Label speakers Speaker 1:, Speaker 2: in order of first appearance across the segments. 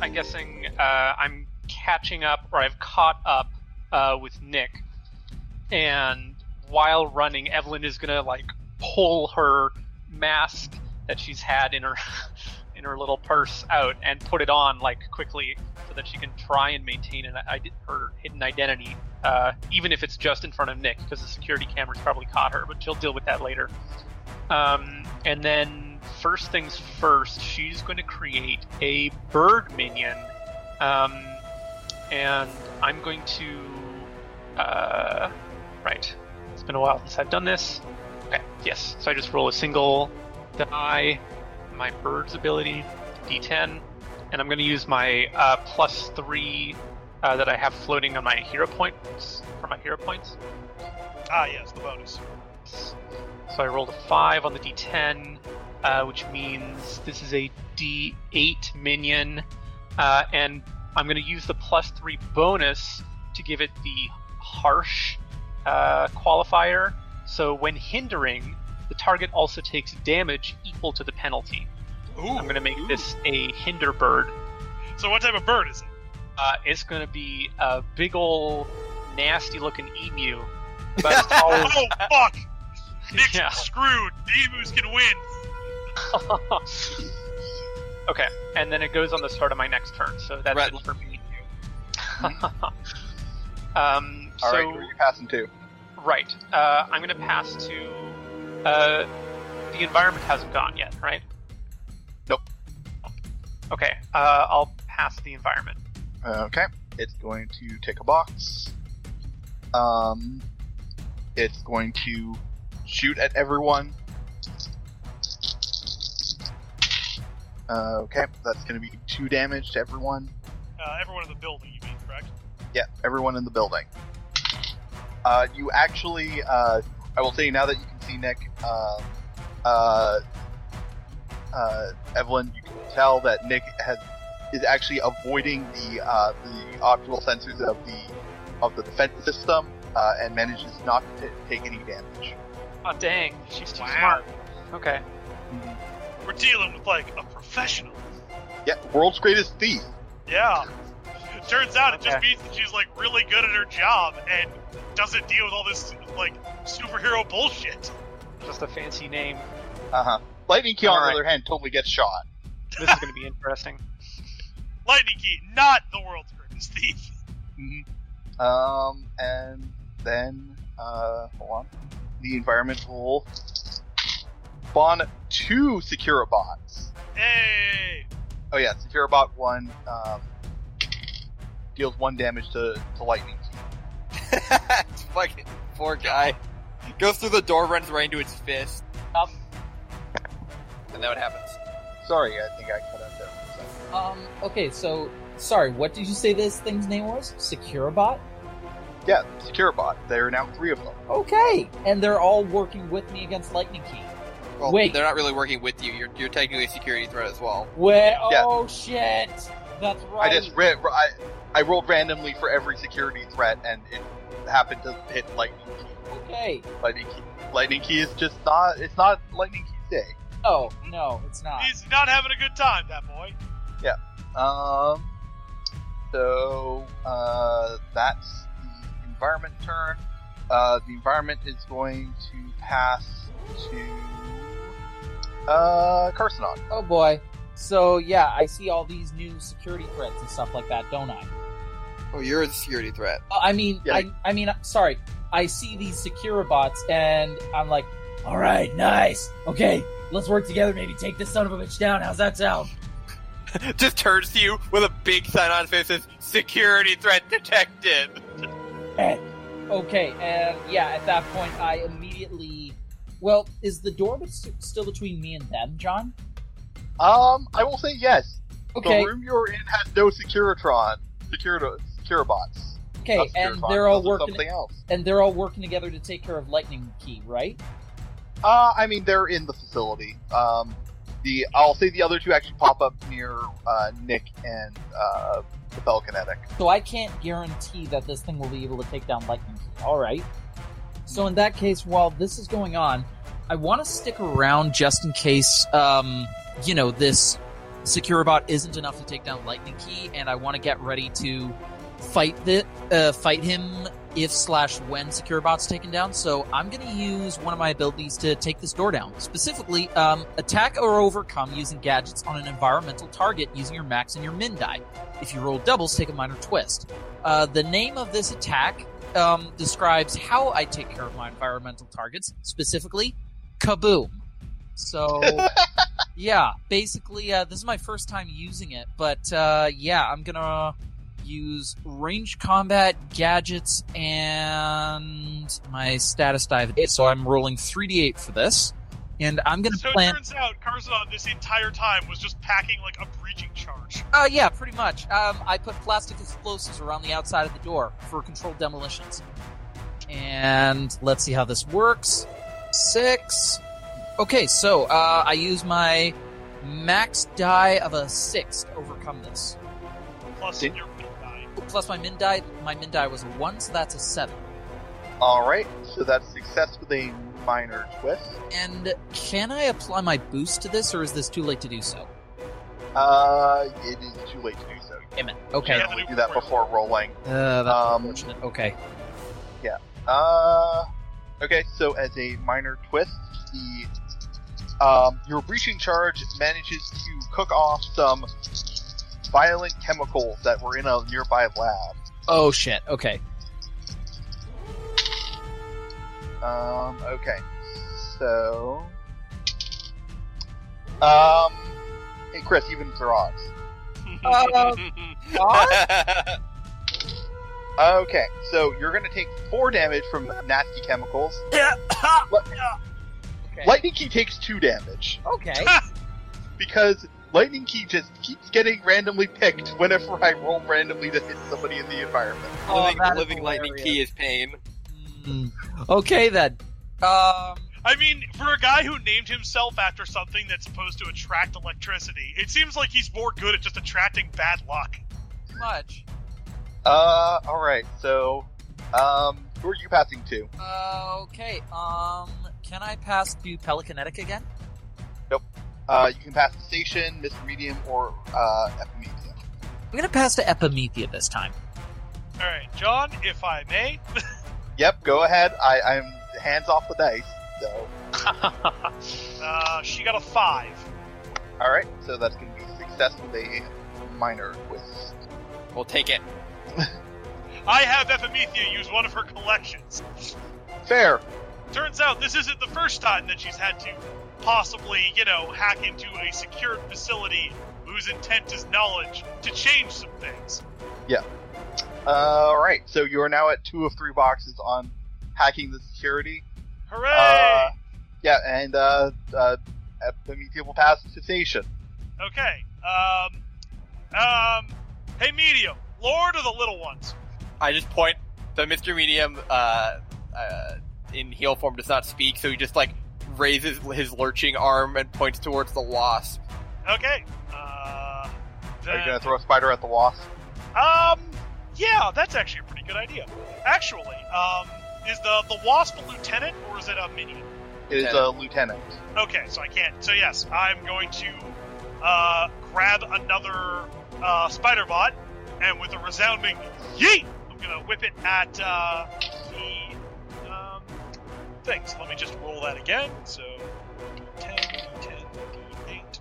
Speaker 1: I'm guessing uh, I'm catching up, or I've caught up uh, with Nick. And while running, Evelyn is gonna like pull her mask that she's had in her in her little purse out and put it on like quickly so that she can try and maintain an, I- her hidden identity, uh, even if it's just in front of Nick because the security cameras probably caught her. But she'll deal with that later. Um, and then first things first, she's going to create a bird minion, um, and I'm going to. Uh, right, it's been a while since I've done this. Okay, yes. So I just roll a single die, my bird's ability, d10, and I'm going to use my uh, plus three uh, that I have floating on my hero points for my hero points.
Speaker 2: Ah, yes, the bonus.
Speaker 1: So I rolled a 5 on the d10, uh, which means this is a d8 minion, uh, and I'm going to use the plus 3 bonus to give it the harsh uh, qualifier. So when hindering, the target also takes damage equal to the penalty.
Speaker 2: Ooh.
Speaker 1: I'm going to make this a hinder bird.
Speaker 2: So what type of bird is it?
Speaker 1: Uh, it's going to be a big ol' nasty looking emu. About as tall as
Speaker 2: Oh fuck! Nick's
Speaker 1: Yeah.
Speaker 2: screwed. The emus can win.
Speaker 1: okay, and then it goes on the start of my next turn, so that's
Speaker 3: Right.
Speaker 1: it for me. um,
Speaker 4: All
Speaker 1: so
Speaker 4: right, who are you passing to?
Speaker 1: right, uh, I'm gonna pass to. Uh, the environment hasn't gone yet, right?
Speaker 4: Nope.
Speaker 1: Okay, uh, I'll pass the environment.
Speaker 4: Uh, Okay, it's going to take a box. Um, it's going to shoot at everyone. Uh, okay, that's going to be two damage to everyone.
Speaker 2: Uh, everyone in the building, you mean, correct?
Speaker 4: Yeah, everyone in the building. Uh, you actually, uh, I will tell you now that you can see Nick, uh, uh, uh, Evelyn, you can tell that Nick has is actually avoiding the uh, the optical sensors of the of the defense system uh, and manages not to take any damage.
Speaker 1: Oh dang, she's too
Speaker 2: Wow.
Speaker 1: smart. Okay.
Speaker 4: Mm-hmm.
Speaker 2: We're dealing with like a professional.
Speaker 4: Yeah, world's greatest thief.
Speaker 2: Yeah. Turns out it just
Speaker 1: Okay.
Speaker 2: means that she's like really good at her job and doesn't deal with all this like superhero bullshit.
Speaker 1: Just a fancy name.
Speaker 4: Uh huh. Lightning Key, on
Speaker 1: Alright.
Speaker 4: the other hand, totally gets shot.
Speaker 1: This is gonna be interesting.
Speaker 2: Lightning Key, not the world's greatest thief.
Speaker 4: Um, and then, uh, hold on. The environment will spawn two Secura bots.
Speaker 2: Hey,
Speaker 4: Oh, yeah, Secura bot 1 um, deals 1 damage to, to Lightning.
Speaker 3: It's fucking poor guy. Goes through the door, runs right into its fist.
Speaker 5: Up.
Speaker 3: And then what happens?
Speaker 4: Sorry, I think I cut out there. for a second.
Speaker 5: Um, okay, so sorry, what did you say this thing's name was? Securabot?
Speaker 4: Yeah, Secura bot. There are now three of them.
Speaker 5: Okay. And they're all working with me against Lightning Key.
Speaker 3: Well,
Speaker 5: Wait.
Speaker 3: they're not really working with you. You're, you're technically a security threat as well.
Speaker 5: Where
Speaker 4: Yeah.
Speaker 5: oh shit. That's right.
Speaker 4: I just read. I, I rolled randomly for every security threat, and it happened to hit Lightning Key.
Speaker 5: Okay.
Speaker 4: Lightning Key, Lightning Key is just not. It's not Lightning Key's day.
Speaker 5: Oh, no, it's not.
Speaker 2: he's not having a good time, that boy.
Speaker 4: Um. So uh, that's the environment turn. Uh, the environment is going to pass to uh, Carcinon.
Speaker 5: Oh boy. So yeah, I see all these new security threats and stuff like that, don't I?
Speaker 3: Oh, you're a security threat.
Speaker 5: Uh, I mean,
Speaker 4: Yeah.
Speaker 5: I, I mean, I'm sorry. I see these Secura bots, and I'm like, all right, nice, okay, let's work together. Maybe take this son of a bitch down. How's that sound?
Speaker 3: Just turns to you with a big sign on his face that says, Security threat detected.
Speaker 5: Okay, and yeah, at that point, I immediately. Well, is the door bet- still between me and them, John?
Speaker 4: Um, I will say yes.
Speaker 5: Okay,
Speaker 4: The room you're in has no Securitron, Securito, Securibots.
Speaker 5: okay,
Speaker 4: Not
Speaker 5: and
Speaker 4: Securitron,
Speaker 5: they're all
Speaker 4: those are
Speaker 5: working,
Speaker 4: something else.
Speaker 5: and they're all working together to take care of Lightning Key, right?
Speaker 4: Uh, I mean, they're in the facility. Um, the I'll say the other two actually pop up near uh, Nick and uh, the Bell Kinetic.
Speaker 5: So I can't guarantee that this thing will be able to take down Lightning Key. All right. So in that case, while this is going on, I want to stick around just in case, um, you know, this Securabot isn't enough to take down Lightning Key, and I want to get ready to fight the uh, fight him if slash when Securabot's taken down. So I'm going to use one of my abilities to take this door down. Specifically, um, attack or overcome using gadgets on an environmental target using your max and your min die. If you roll doubles, take a minor twist. Uh, the name of this attack um, describes how I take care of my environmental targets, specifically kaboom. So, yeah, basically, uh, this is my first time using it, but uh, yeah, I'm gonna use range combat gadgets and my status dive. So I'm rolling 3d8 for this, and I'm gonna
Speaker 2: So it
Speaker 5: plan.
Speaker 2: turns out Karzan this entire time was just packing like a breaching charge.
Speaker 5: Uh, yeah, pretty much. Um, I put plastic explosives around the outside of the door for controlled demolitions. And let's see how this works. Six. Okay, so uh, I use my max die of a six to overcome this.
Speaker 2: Plus
Speaker 4: Did-
Speaker 2: your mid die.
Speaker 5: Plus my min die, my min die was a one, so that's a seven.
Speaker 4: All right, so that's success with a minor twist.
Speaker 5: And can I apply my boost to this, or is this too late to do so?
Speaker 4: Uh, it is too late to do so.
Speaker 5: Damn it. Okay.
Speaker 2: Yeah.
Speaker 4: You only do that before rolling.
Speaker 5: Uh, that's
Speaker 4: Um,
Speaker 5: unfortunate. Okay.
Speaker 4: Uh, okay. So as a minor twist, the um, your breaching charge manages to cook off some violent chemicals that were in a nearby lab.
Speaker 5: Oh shit. Okay.
Speaker 4: Um, okay. So, um, hey Chris, even for odds.
Speaker 5: Um,
Speaker 4: Okay, so you're gonna take four damage from nasty chemicals.
Speaker 5: Okay.
Speaker 4: Lightning Key takes two damage.
Speaker 5: Okay.
Speaker 4: because Lightning Key just keeps getting randomly picked whenever I roll randomly to hit somebody in the environment.
Speaker 5: Oh,
Speaker 3: living
Speaker 5: that is
Speaker 3: living lightning
Speaker 5: hilarious.
Speaker 3: key is pain.
Speaker 5: Hmm. Okay then. Um.
Speaker 2: I mean, for a guy who named himself after something that's supposed to attract electricity, it seems like he's more good at just attracting bad luck.
Speaker 5: Too much.
Speaker 4: Uh, alright, so, um, who are you passing to?
Speaker 5: Uh, okay. Um. Can I pass to Pelicanetic again?
Speaker 4: Uh, you can pass the station, Mr. Medium, or, uh, Epimedium.
Speaker 5: I'm gonna pass to Epimethea this time.
Speaker 2: All right, John, if I may,
Speaker 4: Yep, go ahead. I, I'm hands off the dice, so.
Speaker 2: uh, she got a five.
Speaker 4: Alright, so that's gonna be success with a minor twist.
Speaker 3: We'll take it.
Speaker 2: I have Ephemethea use one of her collections.
Speaker 4: Fair.
Speaker 2: Turns out this isn't the first time that she's had to possibly, you know, hack into a secured facility whose intent is knowledge to change some things.
Speaker 4: Alright, Uh, so you are now at two of three boxes on hacking the security. Uh.
Speaker 2: Hooray!
Speaker 4: yeah, and uh, uh, Epimetheus will pass to station.
Speaker 2: okay. Um, um, hey, Medium, Lord or the Little Ones?
Speaker 3: I just point the Mr. Medium uh, uh, in heel form does not speak, so he just like raises his lurching arm and points towards the wasp.
Speaker 2: Okay. Uh,
Speaker 4: Are you
Speaker 2: then-
Speaker 4: gonna throw a spider at the wasp?
Speaker 2: Um, yeah, that's actually a pretty good idea. Actually, um, is the the wasp a lieutenant or is it a minion?
Speaker 4: It is a lieutenant.
Speaker 2: Okay, so I can't. So yes, I'm going to uh, grab another uh, spider bot, and with a resounding yeet, I'm gonna whip it at uh, the um, thing. So let me just roll that again. So 10, 10, 8.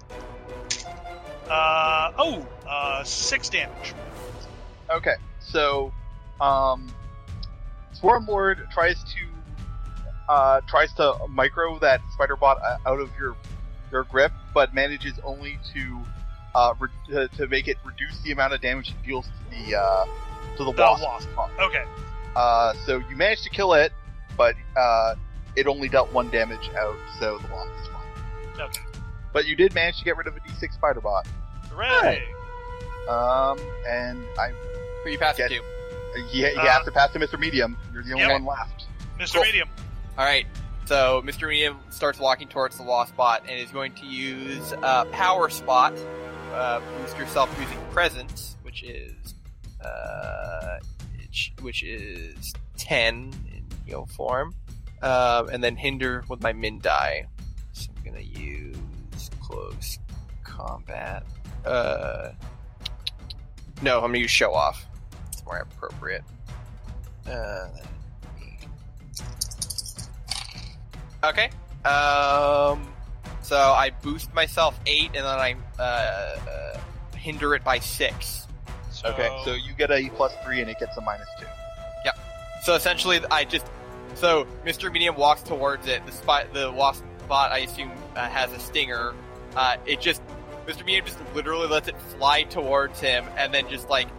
Speaker 2: Uh, oh, uh, six damage.
Speaker 4: Okay, so um, Swarm Lord tries to uh, tries to micro that spider bot uh, out of your your grip, but manages only to uh, re- to, to make it reduce the amount of damage it deals to the uh, to the,
Speaker 2: The
Speaker 4: wasp.
Speaker 2: Okay,
Speaker 4: Uh, so you managed to kill it, but uh, it only dealt one damage out, so the wasp is fine.
Speaker 2: okay.
Speaker 4: But you did manage to get rid of a D6 spider bot.
Speaker 2: Hooray!
Speaker 4: Alright. Um, and I,
Speaker 3: Who you passing
Speaker 4: Yes.
Speaker 3: to?
Speaker 4: you, you
Speaker 2: Uh,
Speaker 4: have to pass to Mr. Medium. You're the only
Speaker 2: Yep.
Speaker 4: one left.
Speaker 2: Mr.
Speaker 3: Cool.
Speaker 2: Medium.
Speaker 3: All right. So Mr. Medium starts walking towards the wasp bot and is going to use uh, power spot. Uh, boost yourself using presence, which is uh, which, which is ten in heal form, um, and then hinder with my min die. So I'm gonna use close combat. Uh, no, I'm gonna use show off. It's more appropriate. Uh, okay. Um, so I boost myself eight, and then I uh, uh, hinder it by six.
Speaker 2: So,
Speaker 4: Okay, so you get a plus three and it gets a minus two.
Speaker 3: So essentially, I just so Mr. Medium walks towards it. The spot, the wasp bot, I assume, uh, has a stinger. Uh, it just Mr. Medium just literally lets it fly towards him and then just like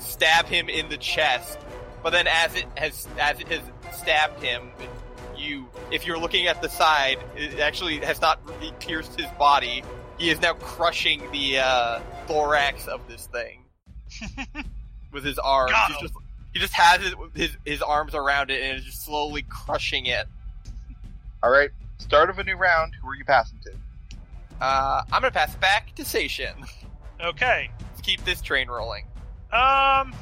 Speaker 3: stab him in the chest. But then, as it has as it has stabbed him, you if you're looking at the side, it actually has not really pierced his body. He is now crushing the uh, thorax of this thing with his arms.
Speaker 2: Got
Speaker 3: He's
Speaker 2: him.
Speaker 3: just- he just has his, his his arms around it and is just slowly crushing it.
Speaker 4: All right, start of a new round. Who are you passing to?
Speaker 3: Uh, I'm gonna pass it back to Station.
Speaker 2: okay.
Speaker 3: Let's keep this train rolling.
Speaker 2: Um,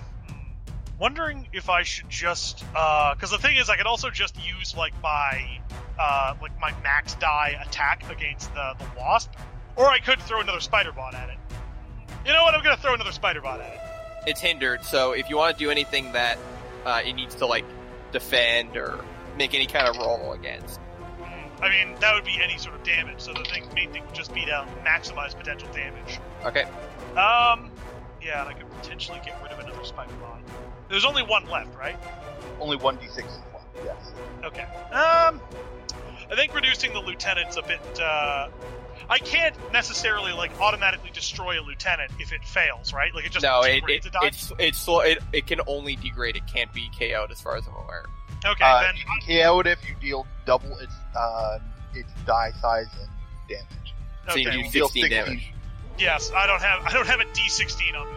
Speaker 2: wondering if I should just uh, because the thing is, I can also just use like my uh, like my max die attack against the the wasp, or I could throw another spider bot at it. You know what? I'm gonna throw another spider bot at it.
Speaker 3: It's hindered, so if you want to do anything that uh, it needs to like defend or make any kind of roll against,
Speaker 2: I mean, that would be any sort of damage. So the thing main thing would just be to maximize potential damage.
Speaker 3: okay,
Speaker 2: Um, yeah, and I could potentially get rid of another spider bot. There's only one left, right?
Speaker 4: Only one d6 is left. Yes.
Speaker 2: Okay. Um, I think reducing the lieutenant's a bit. Uh, I can't necessarily like automatically destroy a lieutenant if it fails, right? Like it just
Speaker 3: no, it,
Speaker 2: degrades
Speaker 3: it,
Speaker 2: a die.
Speaker 3: it's it's slow. It, it can only degrade. It can't be KO'd as far as I'm aware.
Speaker 2: okay.
Speaker 4: uh,
Speaker 2: then
Speaker 4: KO'd if you deal double its uh, its die size and damage.
Speaker 3: So
Speaker 2: okay.
Speaker 3: you do
Speaker 4: well,
Speaker 3: 16
Speaker 4: 16.
Speaker 3: damage.
Speaker 2: yes, I don't have I don't have a D16 on me.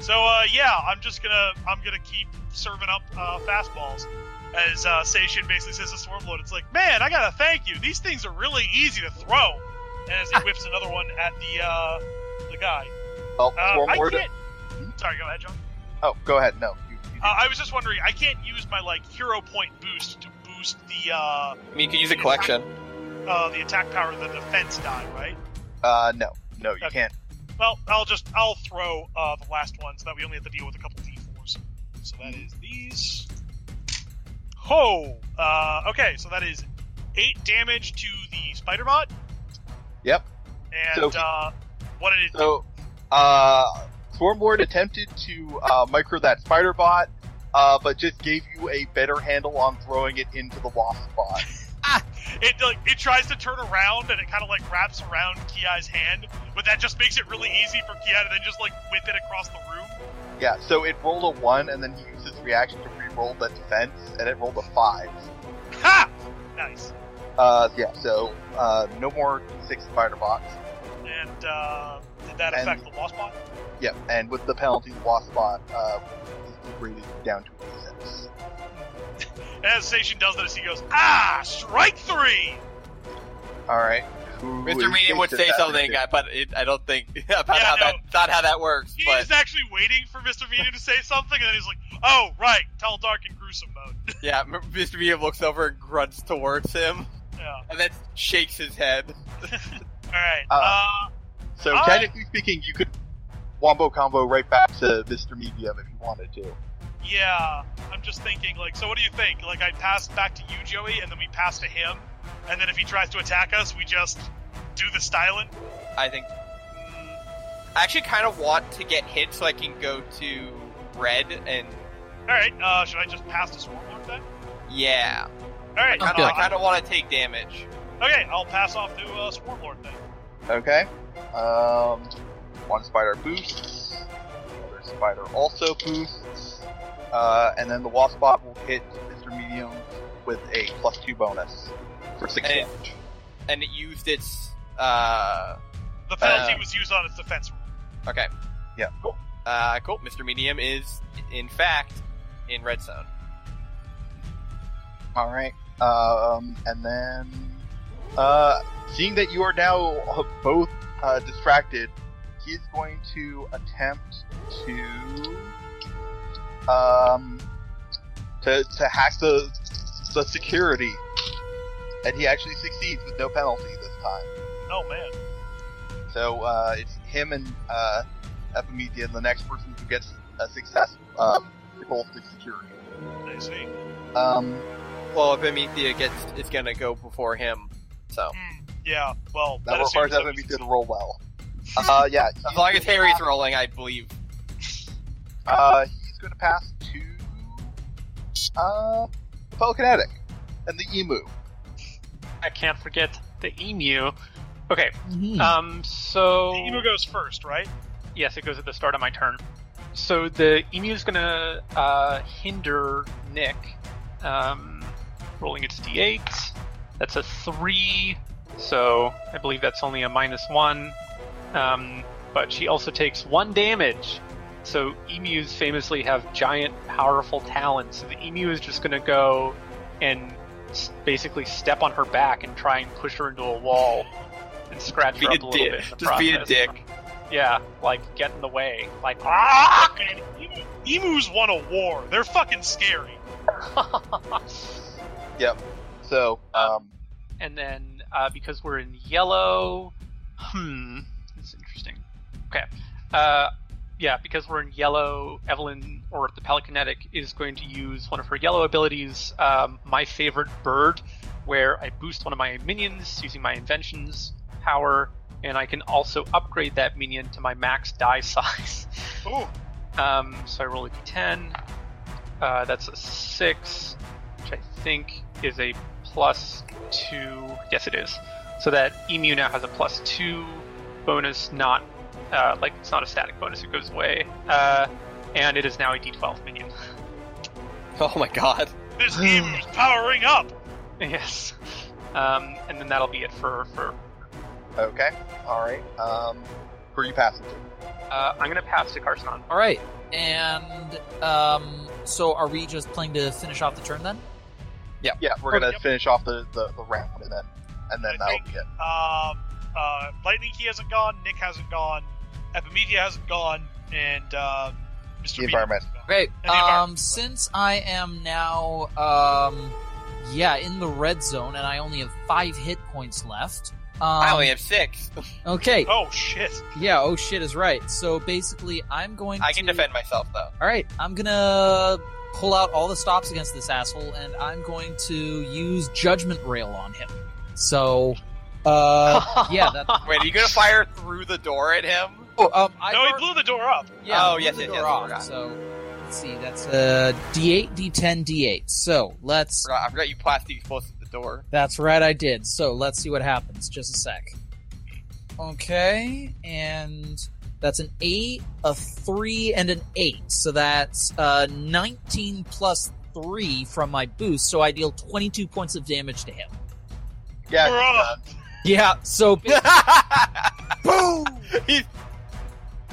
Speaker 2: So uh, yeah, I'm just gonna I'm gonna keep serving up uh, fastballs. As uh, Seishin basically says to Swarmlord, it's like, man, I gotta thank you. These things are really easy to throw. And as he whips another one at the uh, the guy,
Speaker 4: Well,
Speaker 2: uh,
Speaker 4: Swarm
Speaker 2: I
Speaker 4: Lord-
Speaker 2: can't. Sorry, go ahead, John.
Speaker 4: Oh, go ahead. No. You, you
Speaker 2: Uh, I was just wondering, I can't use my like hero point boost to boost the uh,
Speaker 3: I mean, you could use a collection.
Speaker 2: uh, the attack power of the defense die, right?
Speaker 4: uh, no. No, you
Speaker 2: Okay.
Speaker 4: can't.
Speaker 2: Well, I'll just I'll throw uh, the last one so that we only have to deal with a couple d4s. So that is these. Ho! Uh, okay, so that is eight damage to the spider bot,
Speaker 4: Yep.
Speaker 2: and
Speaker 4: So-
Speaker 2: uh, what did it?
Speaker 4: So, uh, Swarmlord attempted to uh, micro that spider bot, uh, but just gave you a better handle on throwing it into the wasp bot.
Speaker 2: It like it tries to turn around and it kind of like wraps around Kiai's hand, but that just makes it really easy for Kiai to then just like whip it across the room.
Speaker 4: Yeah, so it rolled a one, and then he used his reaction to re-roll the defense, and it rolled a five.
Speaker 2: Ha! Nice.
Speaker 4: Uh, yeah, so uh, no more six spider bots.
Speaker 2: And uh, did that
Speaker 4: And-
Speaker 2: affect the loss bot?
Speaker 4: Yep, and with the penalty, the wasp bot uh, is degraded down to a six.
Speaker 2: And as Station does this, he goes, "Ah, strike three!
Speaker 4: All right. Who is
Speaker 3: Mr. Medium would
Speaker 4: Jason
Speaker 3: say
Speaker 4: passing
Speaker 3: something,
Speaker 4: to?
Speaker 3: uh, but it, I don't think about
Speaker 2: Yeah,
Speaker 3: how
Speaker 2: no.
Speaker 3: that not how that works.
Speaker 2: He
Speaker 3: but
Speaker 2: is actually waiting for Mr. Medium to say something, and then he's like, "Oh, right, tell dark and gruesome mode."
Speaker 3: yeah, M- Mr. Medium looks over and grunts towards him,
Speaker 2: yeah. All
Speaker 3: and then shakes his head.
Speaker 2: right.
Speaker 4: Uh,
Speaker 2: Uh,
Speaker 4: So
Speaker 2: All right.
Speaker 4: technically speaking, you could wombo combo right back to Mr. Medium if you wanted to.
Speaker 2: uh, yeah. I'm just thinking, like, so what do you think? Like, I pass back to you, Joey, and then we pass to him, and then if he tries to attack us, we just do the styling.
Speaker 3: I think mm, I actually kind of want to get hit so I can go to red and
Speaker 2: All right. Uh, should I just pass to Swarmlord then?
Speaker 3: yeah.
Speaker 2: All right.
Speaker 3: Kinda-
Speaker 5: Okay.
Speaker 3: I kind of want to take damage.
Speaker 2: Okay, I'll pass off to uh, Swarmlord then.
Speaker 4: Okay. Um, one spider boosts. Another spider also boosts. Uh, and then the wasp bot will hit Mr. Medium with a plus two bonus for six
Speaker 3: And-
Speaker 4: damage.
Speaker 3: And it used its uh
Speaker 2: The penalty
Speaker 3: Uh,
Speaker 2: was used on its defense roll.
Speaker 3: okay.
Speaker 4: Yeah, cool.
Speaker 3: Uh cool. Mr. Medium is in fact in red zone.
Speaker 4: All right. Um, and then, uh, seeing that you are now both uh, distracted, he is going to attempt to, um, to to hack the the security, and he actually succeeds with no penalty this time.
Speaker 2: Oh man.
Speaker 4: So So uh, it's him and uh, Epimetheus, and the next person who gets a success um, roll to security.
Speaker 2: I see.
Speaker 4: Um,
Speaker 3: Well, if Amethea gets, it's gonna go before him. So
Speaker 2: Hmm, yeah, well,
Speaker 4: that
Speaker 2: assumes
Speaker 4: requires
Speaker 2: we
Speaker 4: Epimetheus
Speaker 2: succeed.
Speaker 4: to roll well. Uh, yeah,
Speaker 3: as long as Harry's rolling, I believe.
Speaker 4: uh, he's going to pass to uh, the Pelicanetic and the Emu.
Speaker 1: I can't forget the emu. Okay,
Speaker 5: Mhm.
Speaker 1: um, so
Speaker 2: The emu goes first, right?
Speaker 1: yes, it goes at the start of my turn. So the emu is gonna uh, hinder Nick, um, rolling its d8. That's a three, so I believe that's only a minus one. Um, but she also takes one damage. So emus famously have giant, powerful talons. So the emu is just gonna go and s- basically step on her back and try and push her into a wall and scratch her up a little bit. in the
Speaker 3: Just be a
Speaker 1: process.
Speaker 3: dick.
Speaker 1: Yeah, like get in the way. Like
Speaker 2: Ah, man, emu, emus won a war. They're fucking scary.
Speaker 4: So um,
Speaker 1: and then uh, because we're in yellow, hmm, that's interesting. Okay, uh, yeah, because we're in yellow, Evelyn or the Pelicanetic is going to use one of her yellow abilities, um, my favorite bird, where I boost one of my minions using my inventions power, and I can also upgrade that minion to my max die size.
Speaker 2: Ooh,
Speaker 1: Um, so I roll a d10. Uh, that's a 6, which I think is a plus 2. Yes, it is. So that emu now has a plus 2 bonus, not uh, like it's not a static bonus, it goes away. Uh, and it is now a d12 minion.
Speaker 3: Oh my god.
Speaker 2: this emu's powering up.
Speaker 1: yes. Um, and then that'll be it for. for
Speaker 4: okay, all right. Um, who are you passing to?
Speaker 1: uh, I'm going to pass to Carson.
Speaker 5: All right. And um, so are we just playing to finish off the turn then?
Speaker 4: Yeah, we're gonna
Speaker 2: Yep.
Speaker 4: finish off the, the, the round and then and then
Speaker 2: I
Speaker 4: that'll
Speaker 2: think-
Speaker 4: be it.
Speaker 2: Um, uh, Lightning Key hasn't gone. Nick hasn't gone. Epimedia hasn't gone, and uh, Mr.
Speaker 4: The
Speaker 2: Bean
Speaker 4: environment.
Speaker 2: hasn't gone.
Speaker 5: Great.
Speaker 2: the
Speaker 5: Um,
Speaker 2: environment.
Speaker 5: since I am now, um, yeah, in the red zone, and I only have five hit points left. Um,
Speaker 3: I only have six.
Speaker 5: okay.
Speaker 2: Oh shit!
Speaker 5: Yeah. Oh shit is right. So basically, I'm going.
Speaker 3: I can
Speaker 5: to-
Speaker 3: defend myself though.
Speaker 5: All right. I'm gonna pull out all the stops against this asshole, and I'm going to use Judgment Rail on him. So, uh, yeah. That,
Speaker 3: Wait, are you gonna fire through the door at him?
Speaker 5: oh, um, I
Speaker 2: no, he
Speaker 5: already-
Speaker 2: blew the door up.
Speaker 5: Yeah.
Speaker 3: Oh,
Speaker 5: move
Speaker 3: yes,
Speaker 5: the
Speaker 3: yes,
Speaker 5: door
Speaker 3: yes, I
Speaker 5: off.
Speaker 3: forgot.
Speaker 5: So let's see. That's uh, D8, D10, D8. So let's.
Speaker 3: Forgot- I forgot you plastic explosive the door.
Speaker 5: That's right, I did. So let's see what happens. Just a sec. Okay, and that's an eight, a three, and an eight. So that's uh, 19 plus three from my boost. So I deal 22 points of damage to him.
Speaker 4: Yeah,
Speaker 2: Bruh.
Speaker 5: Yeah. So
Speaker 3: He's
Speaker 5: ba-
Speaker 3: Boom! He's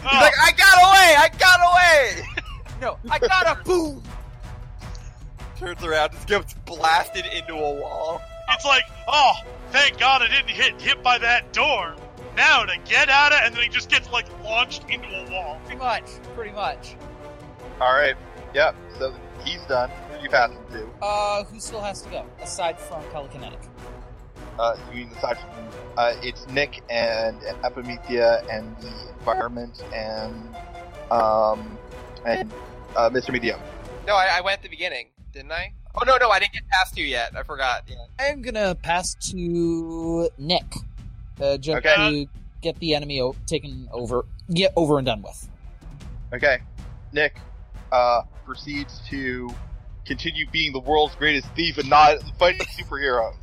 Speaker 2: Oh,
Speaker 3: like, I got away! I got away!
Speaker 5: no, I got a boom.
Speaker 3: Turns around, just gets blasted into a wall.
Speaker 2: it's like, oh, thank God I didn't hit hit by that door. Now to get out of, and then he just gets like launched into a wall.
Speaker 5: Pretty much. Pretty much.
Speaker 4: All right. Yep. So he's done. Who are you passing to?
Speaker 5: Uh, who still has to go aside from telekinetic?
Speaker 4: Uh, you mean aside from uh, it's Nick and Epimethea and the environment and um and uh, Mr. Medium.
Speaker 3: No, I, I went at the beginning, didn't I? Oh no, no, I didn't get past you yet. I forgot. Yeah.
Speaker 5: I'm gonna pass to Nick, uh, just
Speaker 2: Okay.
Speaker 5: to get the enemy o- taken over, get over and done with.
Speaker 4: Okay. Nick uh, proceeds to continue being the world's greatest thief and not fighting superheroes.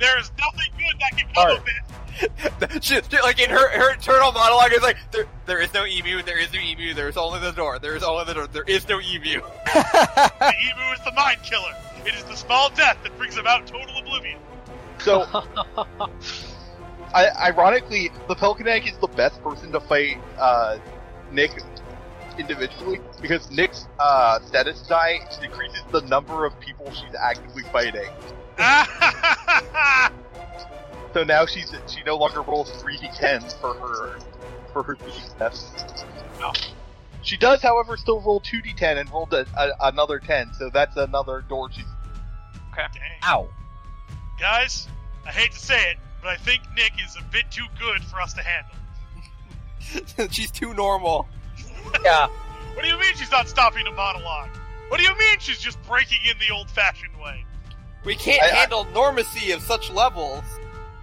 Speaker 2: there is nothing good that can come of it.
Speaker 3: she, she- like in her her internal monologue is like there, there is no emu, there is no emu, there is only the door, there is only the door, there is no emu.
Speaker 2: The emu is the mind killer. It is the small death that brings about total oblivion.
Speaker 4: So I, ironically, the Pelicanetic is the best person to fight uh, Nick individually because Nick's uh, status die decreases the number of people she's actively fighting. So now she's she no longer rolls three d10s for her for her success. She does, however, still roll two d10 and rolled a, a, another ten, so that's another door she's.
Speaker 2: Dang.
Speaker 5: Ow!
Speaker 2: Guys, I hate to say it, but I think Nick is a bit too good for us to handle.
Speaker 3: She's too normal.
Speaker 5: Yeah.
Speaker 2: What do you mean she's not stopping a monologue? What do you mean she's just breaking in the old fashioned way?
Speaker 3: We can't
Speaker 4: I- I-
Speaker 3: handle normacy of such levels.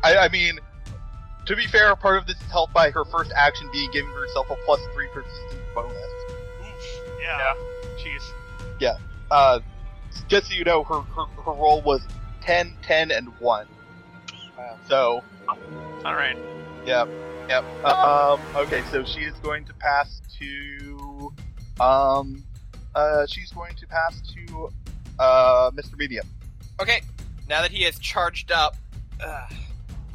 Speaker 4: I, I mean, to be fair, part of this is helped by her first action being giving herself a plus three persistence bonus.
Speaker 2: Oof. Yeah.
Speaker 1: Jeez.
Speaker 4: Uh, just so you know, her, her, her roll was 10, 10, and 1.
Speaker 3: Wow.
Speaker 4: So,
Speaker 1: All right.
Speaker 4: yep, yep. Uh, um, okay, so she is going to pass to. Um, uh, she's going to pass to uh, Mr. Medium.
Speaker 3: Okay, now that he has charged up, uh,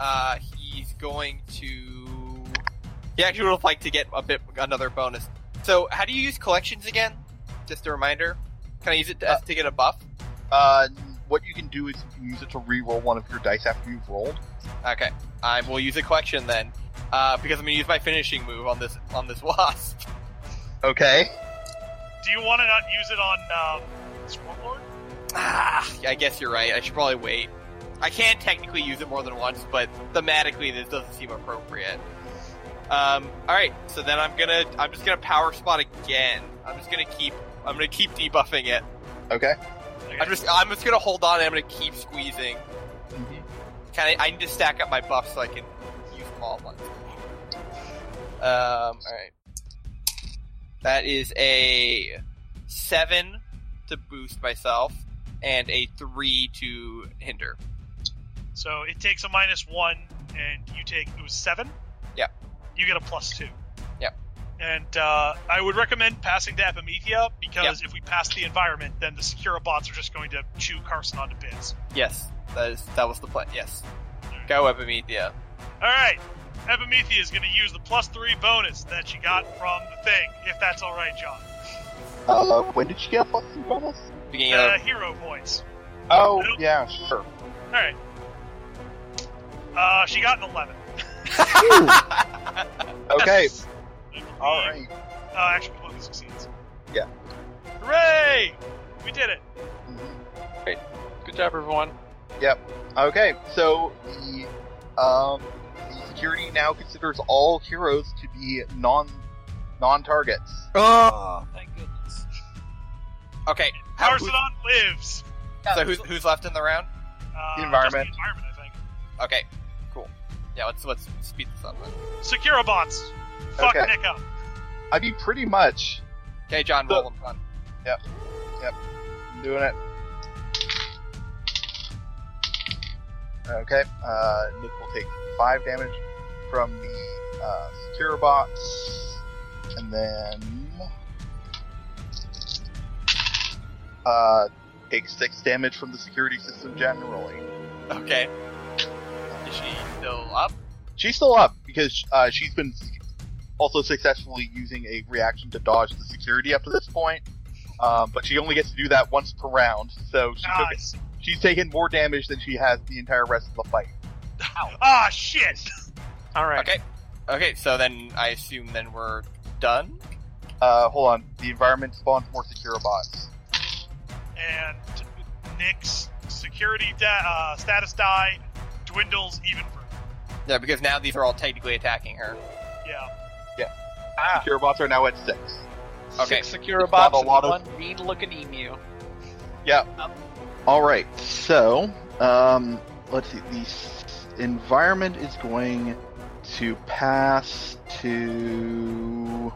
Speaker 3: uh, he's going to. He actually would like to get a bit another bonus. So, how do you use collections again? Just a reminder. Can I use it to,
Speaker 4: Uh,
Speaker 3: to get a buff?
Speaker 4: Uh, what you can do is you can use it to re-roll one of your dice after you've rolled.
Speaker 3: Okay, I will use a collection then, uh, because I'm going to use my finishing move on this on this wasp.
Speaker 4: Okay.
Speaker 2: Do you want to not use it on um, Swarmlord?
Speaker 3: Ah, I guess you're right. I should probably wait. I can technically use it more than once, but thematically this doesn't seem appropriate. Um, all right, so then I'm gonna I'm just gonna power spot again. I'm just gonna keep I'm gonna keep debuffing it.
Speaker 4: Okay.
Speaker 3: I'm just I'm just gonna hold on. and I'm gonna keep squeezing.
Speaker 4: Mm-hmm.
Speaker 3: Can I? I need to stack up my buffs so I can use them all at once. Um, all right. That is a seven to boost myself and a three to hinder.
Speaker 2: So it takes a minus one, and you take it was seven.
Speaker 3: Yeah.
Speaker 2: You get a plus two.
Speaker 3: Yeah.
Speaker 2: And uh, I would recommend passing to Epimethea because if we pass the environment, then the Secura bots are just going to chew Carson onto bits.
Speaker 3: Yes, that is that was the plan. Yes, go Epimedia.
Speaker 2: All right. Epimethea is going to use the plus three bonus that she got from the thing, if that's all right, John.
Speaker 4: Uh, when did she get a plus three bonus?
Speaker 3: Beginning
Speaker 2: Uh,
Speaker 3: of
Speaker 2: hero points.
Speaker 4: Oh,
Speaker 2: I don't-
Speaker 4: yeah, sure.
Speaker 2: All right. Uh, she got an eleven.
Speaker 4: Okay.
Speaker 2: All
Speaker 4: All right.
Speaker 2: Uh, actually, one succeeds.
Speaker 4: Yeah.
Speaker 2: Hooray! We did it.
Speaker 4: Mm-hmm.
Speaker 1: Good job, everyone.
Speaker 4: Okay, so the um, the security now considers all heroes to be non non targets.
Speaker 5: Oh, thank goodness.
Speaker 3: okay. How,
Speaker 2: Carson lives.
Speaker 3: so who's who's left in the round?
Speaker 2: Uh,
Speaker 4: The environment.
Speaker 2: just the environment, I think.
Speaker 3: Okay, cool. Yeah, let's let's speed this up.
Speaker 2: Secura bots. Fuck
Speaker 4: Okay.
Speaker 2: Nick up.
Speaker 4: I mean, pretty much
Speaker 3: Okay, John, roll them fun.
Speaker 4: I'm doing it. Okay, uh, Nick will take five damage from the uh, secure box, and then uh, take six damage from the security system generally.
Speaker 3: Okay. Is she still up?
Speaker 4: She's still up because uh, she's been also successfully using a reaction to dodge the security up to this point. Um, but she only gets to do that once per round, so she took,
Speaker 2: Nice.
Speaker 4: she's taken more damage than she has the entire rest of the fight.
Speaker 2: Ah, shit.
Speaker 1: All right.
Speaker 3: Okay. Okay, so then I assume then we're done.
Speaker 4: Uh, hold on, the environment spawns more secure bots.
Speaker 2: And Nick's security da- uh, status die dwindles even further.
Speaker 3: Yeah, because now these are all technically attacking her.
Speaker 2: Yeah.
Speaker 1: Ah,
Speaker 4: Secure bots are now at six.
Speaker 3: Okay.
Speaker 1: six Secura
Speaker 4: It's got
Speaker 1: bots
Speaker 4: a
Speaker 1: and
Speaker 4: lot of-
Speaker 1: one mean-looking emu.
Speaker 4: All right, so um, let's see. The s- environment is going to pass to.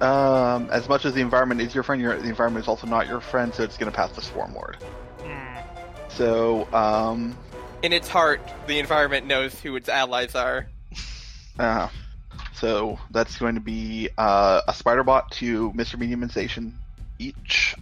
Speaker 4: Um, as much as the environment is your friend, your, the environment is also not your friend, so it's going to pass to Swarm Lord.
Speaker 1: Hmm.
Speaker 4: So, um,
Speaker 3: In its heart, the environment knows who its allies are.
Speaker 4: uh, so that's going to be uh, a spider bot to Mr. Medium and Station each.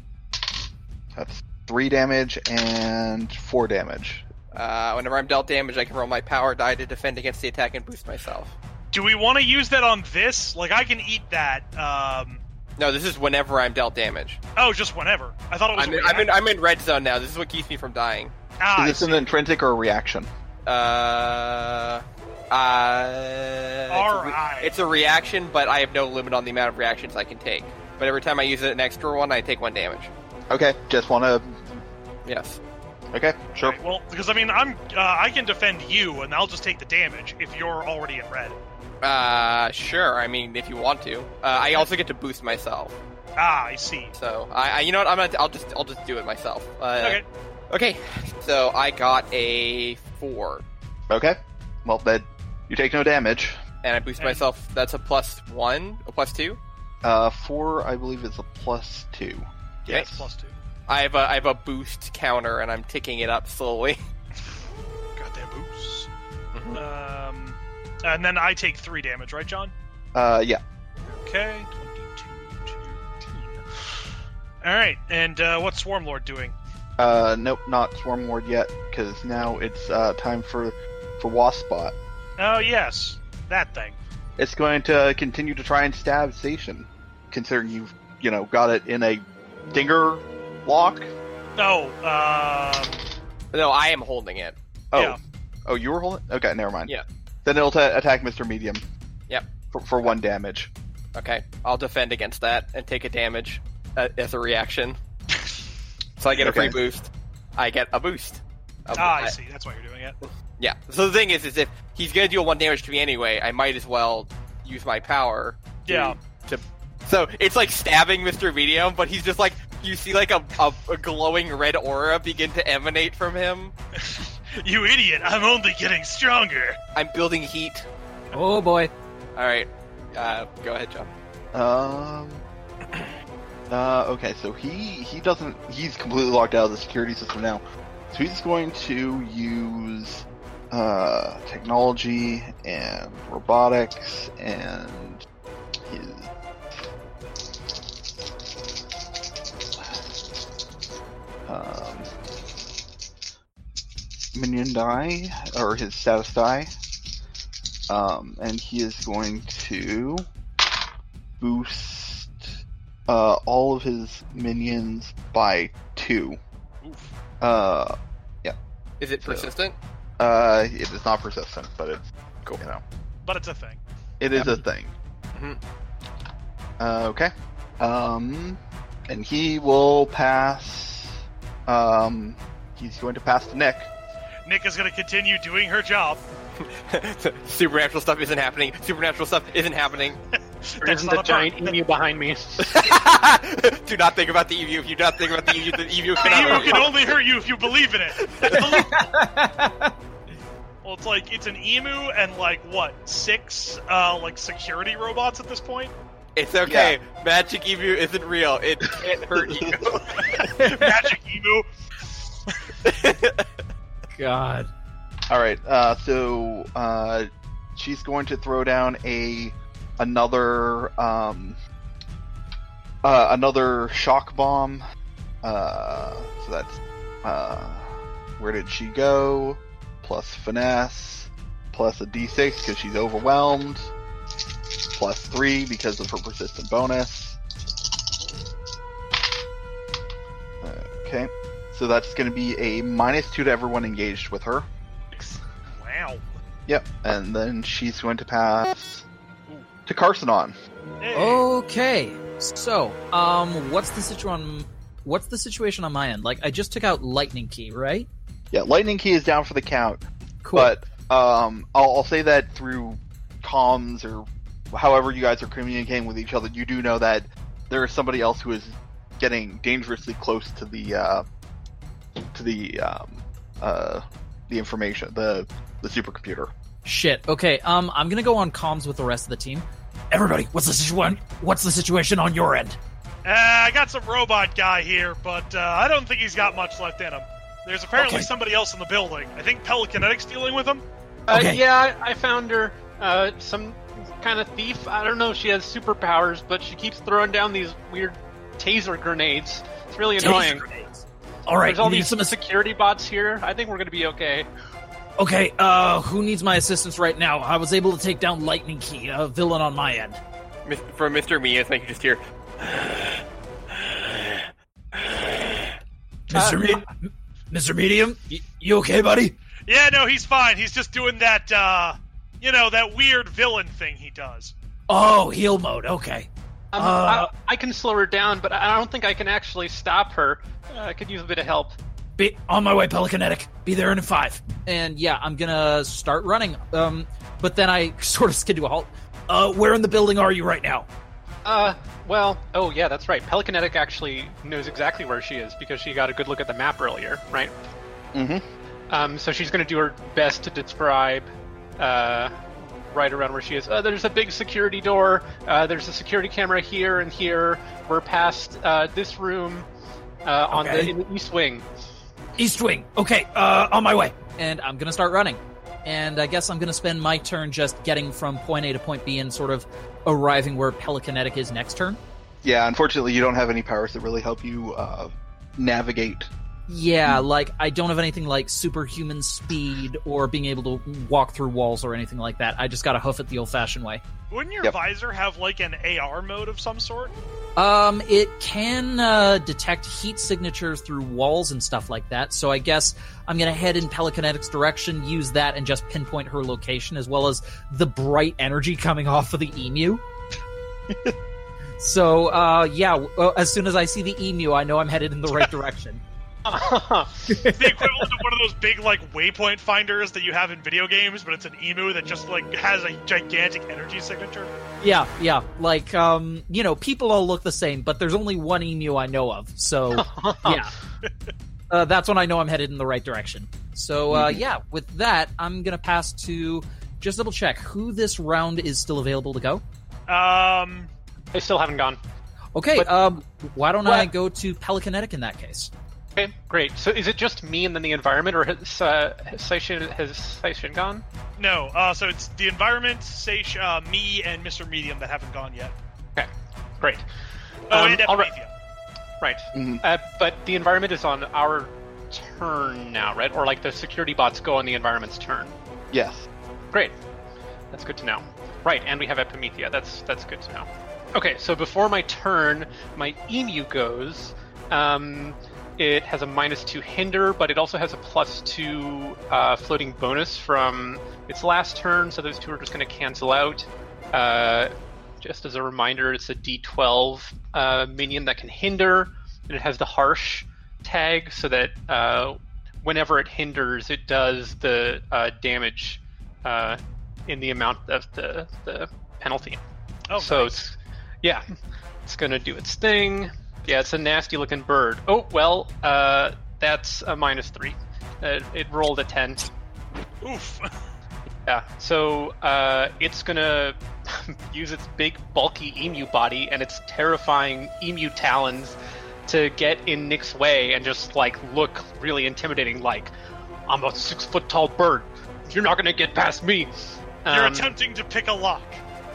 Speaker 4: That's three damage and four damage.
Speaker 3: Uh, whenever I'm dealt damage, I can roll my power die to defend against the attack and boost myself.
Speaker 2: Do we want to use that on this? Like, I can eat that. Um.
Speaker 3: No, this is whenever I'm dealt damage.
Speaker 2: Oh, just whenever. I thought it was.
Speaker 3: I'm
Speaker 2: a
Speaker 3: in, I'm, in,
Speaker 2: react-
Speaker 3: I'm in red zone now. This is what keeps me from dying.
Speaker 2: Ah, I
Speaker 4: Is this an intrinsic or a reaction?
Speaker 3: Uh, uh, it's, a re-
Speaker 2: Alright.
Speaker 3: it's a reaction, but I have no limit on the amount of reactions I can take. But every time I use an extra one, I take one damage.
Speaker 4: Okay, just want to.
Speaker 3: Yes.
Speaker 4: Okay, sure.
Speaker 2: Right, well, because I mean, I'm uh, I can defend you, and I'll just take the damage if you're already in red.
Speaker 3: Uh, sure. I mean, if you want to, uh, I also get to boost myself.
Speaker 2: Ah, I see.
Speaker 3: So I, I you know what? I'm gonna, I'll just, I'll just do it myself. Uh,
Speaker 2: Okay.
Speaker 3: Okay. So I got a four,
Speaker 4: Okay. Well, then you take no damage.
Speaker 3: and I boost
Speaker 2: And-
Speaker 3: myself. That's a plus one, a plus two.
Speaker 4: Uh, four, I believe, is a plus two.
Speaker 2: Yeah, it's plus two.
Speaker 3: I have a, I have a boost counter, and I'm ticking it up slowly.
Speaker 2: Goddamn boots.
Speaker 3: Mhm.
Speaker 2: Um, and then I take three damage, right, John?
Speaker 4: Uh, yeah.
Speaker 2: Okay, 22, 13. All right, and uh, what's Swarmlord doing?
Speaker 4: Uh, nope, not Swarm Ward yet, because now it's uh, time for for Waspot.
Speaker 2: Oh, yes, that thing.
Speaker 4: It's going to continue to try and stab Station, considering you've you know got it in a dinger lock.
Speaker 2: No, uh,
Speaker 3: No, I am holding it.
Speaker 4: Oh,
Speaker 2: Yeah.
Speaker 4: oh, you were holding. Okay, never mind.
Speaker 3: Yeah.
Speaker 4: Then it'll ta attack Mr. Medium.
Speaker 3: Yep.
Speaker 4: For, for one damage.
Speaker 3: Okay, I'll defend against that and take a damage uh, as a reaction. So I get a
Speaker 4: Okay.
Speaker 3: free boost. I get a boost.
Speaker 1: Oh,
Speaker 3: A-
Speaker 2: ah, I
Speaker 3: I-
Speaker 2: see. That's why you're doing it.
Speaker 3: Yeah. So the thing is, is if he's gonna do a one damage to me anyway, I might as well use my power. to-
Speaker 2: Yeah.
Speaker 3: To, so it's like stabbing Mr. Medium, but he's just like you see like a, a, a glowing red aura begin to emanate from him.
Speaker 2: You idiot! I'm only getting stronger.
Speaker 3: I'm building heat.
Speaker 5: Oh boy.
Speaker 3: All right. Uh, go ahead, John.
Speaker 4: Um. Uh, okay, so he he doesn't he's completely locked out of the security system now, so he's going to use uh, technology and robotics and his. Um, minion die or his status die, um, and he is going to boost uh, all of his minions by two.
Speaker 2: Oof.
Speaker 4: Uh,
Speaker 3: Is it
Speaker 4: So-
Speaker 3: persistent?
Speaker 4: uh, it is not persistent, but it's
Speaker 3: Cool.
Speaker 4: You know,
Speaker 2: But it's a thing.
Speaker 4: it is a thing.
Speaker 3: Mhm.
Speaker 4: Uh, okay. Um, and he will pass. Um, he's going to pass to Nick.
Speaker 2: Nick is going to continue doing her job.
Speaker 3: Supernatural stuff isn't happening. Supernatural stuff isn't happening.
Speaker 1: There isn't
Speaker 2: not
Speaker 1: a
Speaker 2: a part.
Speaker 1: giant emu behind me.
Speaker 3: do not think about the EVU. If you do not think about the EVU, the
Speaker 2: The
Speaker 3: EVU cannot.
Speaker 2: emu can only hurt you if you believe in it. Well, it's like it's an emu and like what six uh like security robots at this point.
Speaker 3: It's okay. Magic EVU isn't real. It can't hurt you.
Speaker 2: Magic emu.
Speaker 5: God.
Speaker 4: All right. Uh, so uh, she's going to throw down a another um, uh, another shock bomb. Uh, so that's uh, where did she go? Plus finesse, plus a d6 because she's overwhelmed. Plus three because of her persistent bonus. Okay, so that's going to be a minus two to everyone engaged with her.
Speaker 2: Wow.
Speaker 4: Yep, and then she's going to pass to Carsonon.
Speaker 2: Hey.
Speaker 5: Oh. Okay. So, um, what's the situation? What's the situation on my end? Like, I just took out Lightning Key, right?
Speaker 4: Yeah, Lightning Key is down for the count,
Speaker 5: Cool.
Speaker 4: but um, I'll, I'll say that through comms or however you guys are communicating with each other, you do know that there is somebody else who is getting dangerously close to the uh, to the um, uh, the information, the the supercomputer.
Speaker 5: Shit. Okay. Um, I'm gonna go on comms with the rest of the team. Everybody, what's the situation? What's the situation on your end?
Speaker 2: Uh, I got some robot guy here, but uh, I don't think he's got much left in him. There's apparently
Speaker 5: Okay.
Speaker 2: somebody else in the building. I think Pelicanetics dealing with him.
Speaker 1: Uh,
Speaker 5: Okay.
Speaker 1: yeah, I found her. Uh, some kind of thief. I don't know. if She has superpowers, but she keeps throwing down these weird taser grenades. It's really annoying.
Speaker 5: All right.
Speaker 1: There's all
Speaker 5: need
Speaker 1: these
Speaker 5: some ass-
Speaker 1: security bots here. I think we're gonna be okay.
Speaker 5: okay. Uh, who needs my assistance right now? I was able to take down Lightning Key, a villain on my end.
Speaker 3: Mis- From Mr. Me, it's like you just hear.
Speaker 1: Ah.
Speaker 5: Mister Me- Mister Medium, y- you okay, buddy?
Speaker 2: Yeah, no, he's fine. He's just doing that, uh, you know, that weird villain thing he does.
Speaker 5: Oh, heal mode. Okay.
Speaker 1: Um,
Speaker 5: Uh,
Speaker 1: I, I can slow her down, but I don't think I can actually stop her. Uh, I could use a bit of help.
Speaker 5: Be on my way, Pelicanetic. Be there in five. And yeah, I'm gonna start running. Um, but then I sort of skid to a halt. Uh, where in the building are you right now?
Speaker 1: Uh, well, oh yeah, that's right. Pelicanetic actually knows exactly where she is because she got a good look at the map earlier, right?
Speaker 4: Mhm.
Speaker 1: Um, so she's going to do her best to describe uh, right around where she is. Uh, there's a big security door. Uh, there's a security camera here and here. We're past uh, this room uh, on
Speaker 5: Okay.
Speaker 1: the in the east wing.
Speaker 5: East Wing. Okay, uh, on my way. And I'm gonna start running. And I guess I'm gonna spend my turn just getting from point A to point B and sort of arriving where Pelicanetic is next turn.
Speaker 4: Yeah, unfortunately, you don't have any powers that really help you uh, navigate.
Speaker 5: Yeah, like I don't have anything like superhuman speed or being able to walk through walls or anything like that. I just gotta hoof it the old fashioned way.
Speaker 2: Wouldn't your
Speaker 4: Yep.
Speaker 2: visor have like an AR mode of some sort?
Speaker 5: Um, it can uh, detect heat signatures through walls and stuff like that. So I guess I'm gonna head in Pelicanetic's direction, use that, and just pinpoint her location as well as the bright energy coming off of the emu. so uh, yeah, w- uh, as soon as I see the emu, I know I'm headed in the right direction.
Speaker 2: the equivalent of one of those big like waypoint finders that you have in video games, but it's an emu that just like has a gigantic energy signature.
Speaker 5: Yeah, yeah. Like, um, you know, people all look the same, but there's only one emu I know of. So, yeah. Uh, that's when I know I'm headed in the right direction. So, uh,
Speaker 1: Mm-hmm.
Speaker 5: yeah, with that, I'm going to pass to just double check who this round is still available to go.
Speaker 2: Um,
Speaker 1: I still haven't gone.
Speaker 5: Okay,
Speaker 1: But-
Speaker 5: um, why don't I
Speaker 1: What?
Speaker 5: go to Pelicanetic in that case?
Speaker 1: Okay, great. So is it just me and then the environment, or has uh, has Saishin, has Saishin gone?
Speaker 2: no. Uh, so it's the environment, Seish, uh, me, and Mr. Medium that haven't gone yet.
Speaker 1: Okay, great.
Speaker 2: Oh,
Speaker 1: Um,
Speaker 2: and
Speaker 1: all right.
Speaker 2: Epimethea.
Speaker 1: Right.
Speaker 4: Mhm.
Speaker 1: Uh, but the environment is on our turn now, right? Or like the security bots go on the environment's turn.
Speaker 4: Yes.
Speaker 1: Great. That's good to know. Right, and we have Epimethea. That's that's good to know. Okay, so before my turn, my emu goes. Um, it has a minus two hinder, but it also has a plus two uh, floating bonus from its last turn. So those two are just going to cancel out. Uh, just as a reminder, it's a D12 uh, minion that can hinder, and it has the harsh tag, so that uh, whenever it hinders, it does the uh, damage uh, in the amount of the, the penalty.
Speaker 2: Oh,
Speaker 1: so it's yeah, it's gonna do its thing. Yeah, it's a nasty looking bird. Oh well, uh, that's a minus three. Uh, it rolled a ten.
Speaker 2: oof.
Speaker 1: Yeah, so uh, it's gonna use its big bulky emu body and its terrifying emu talons to get in Nick's way and just like look really intimidating. Like I'm a six foot tall bird. You're not gonna get past me.
Speaker 2: You're
Speaker 1: Um,
Speaker 2: attempting to pick a lock.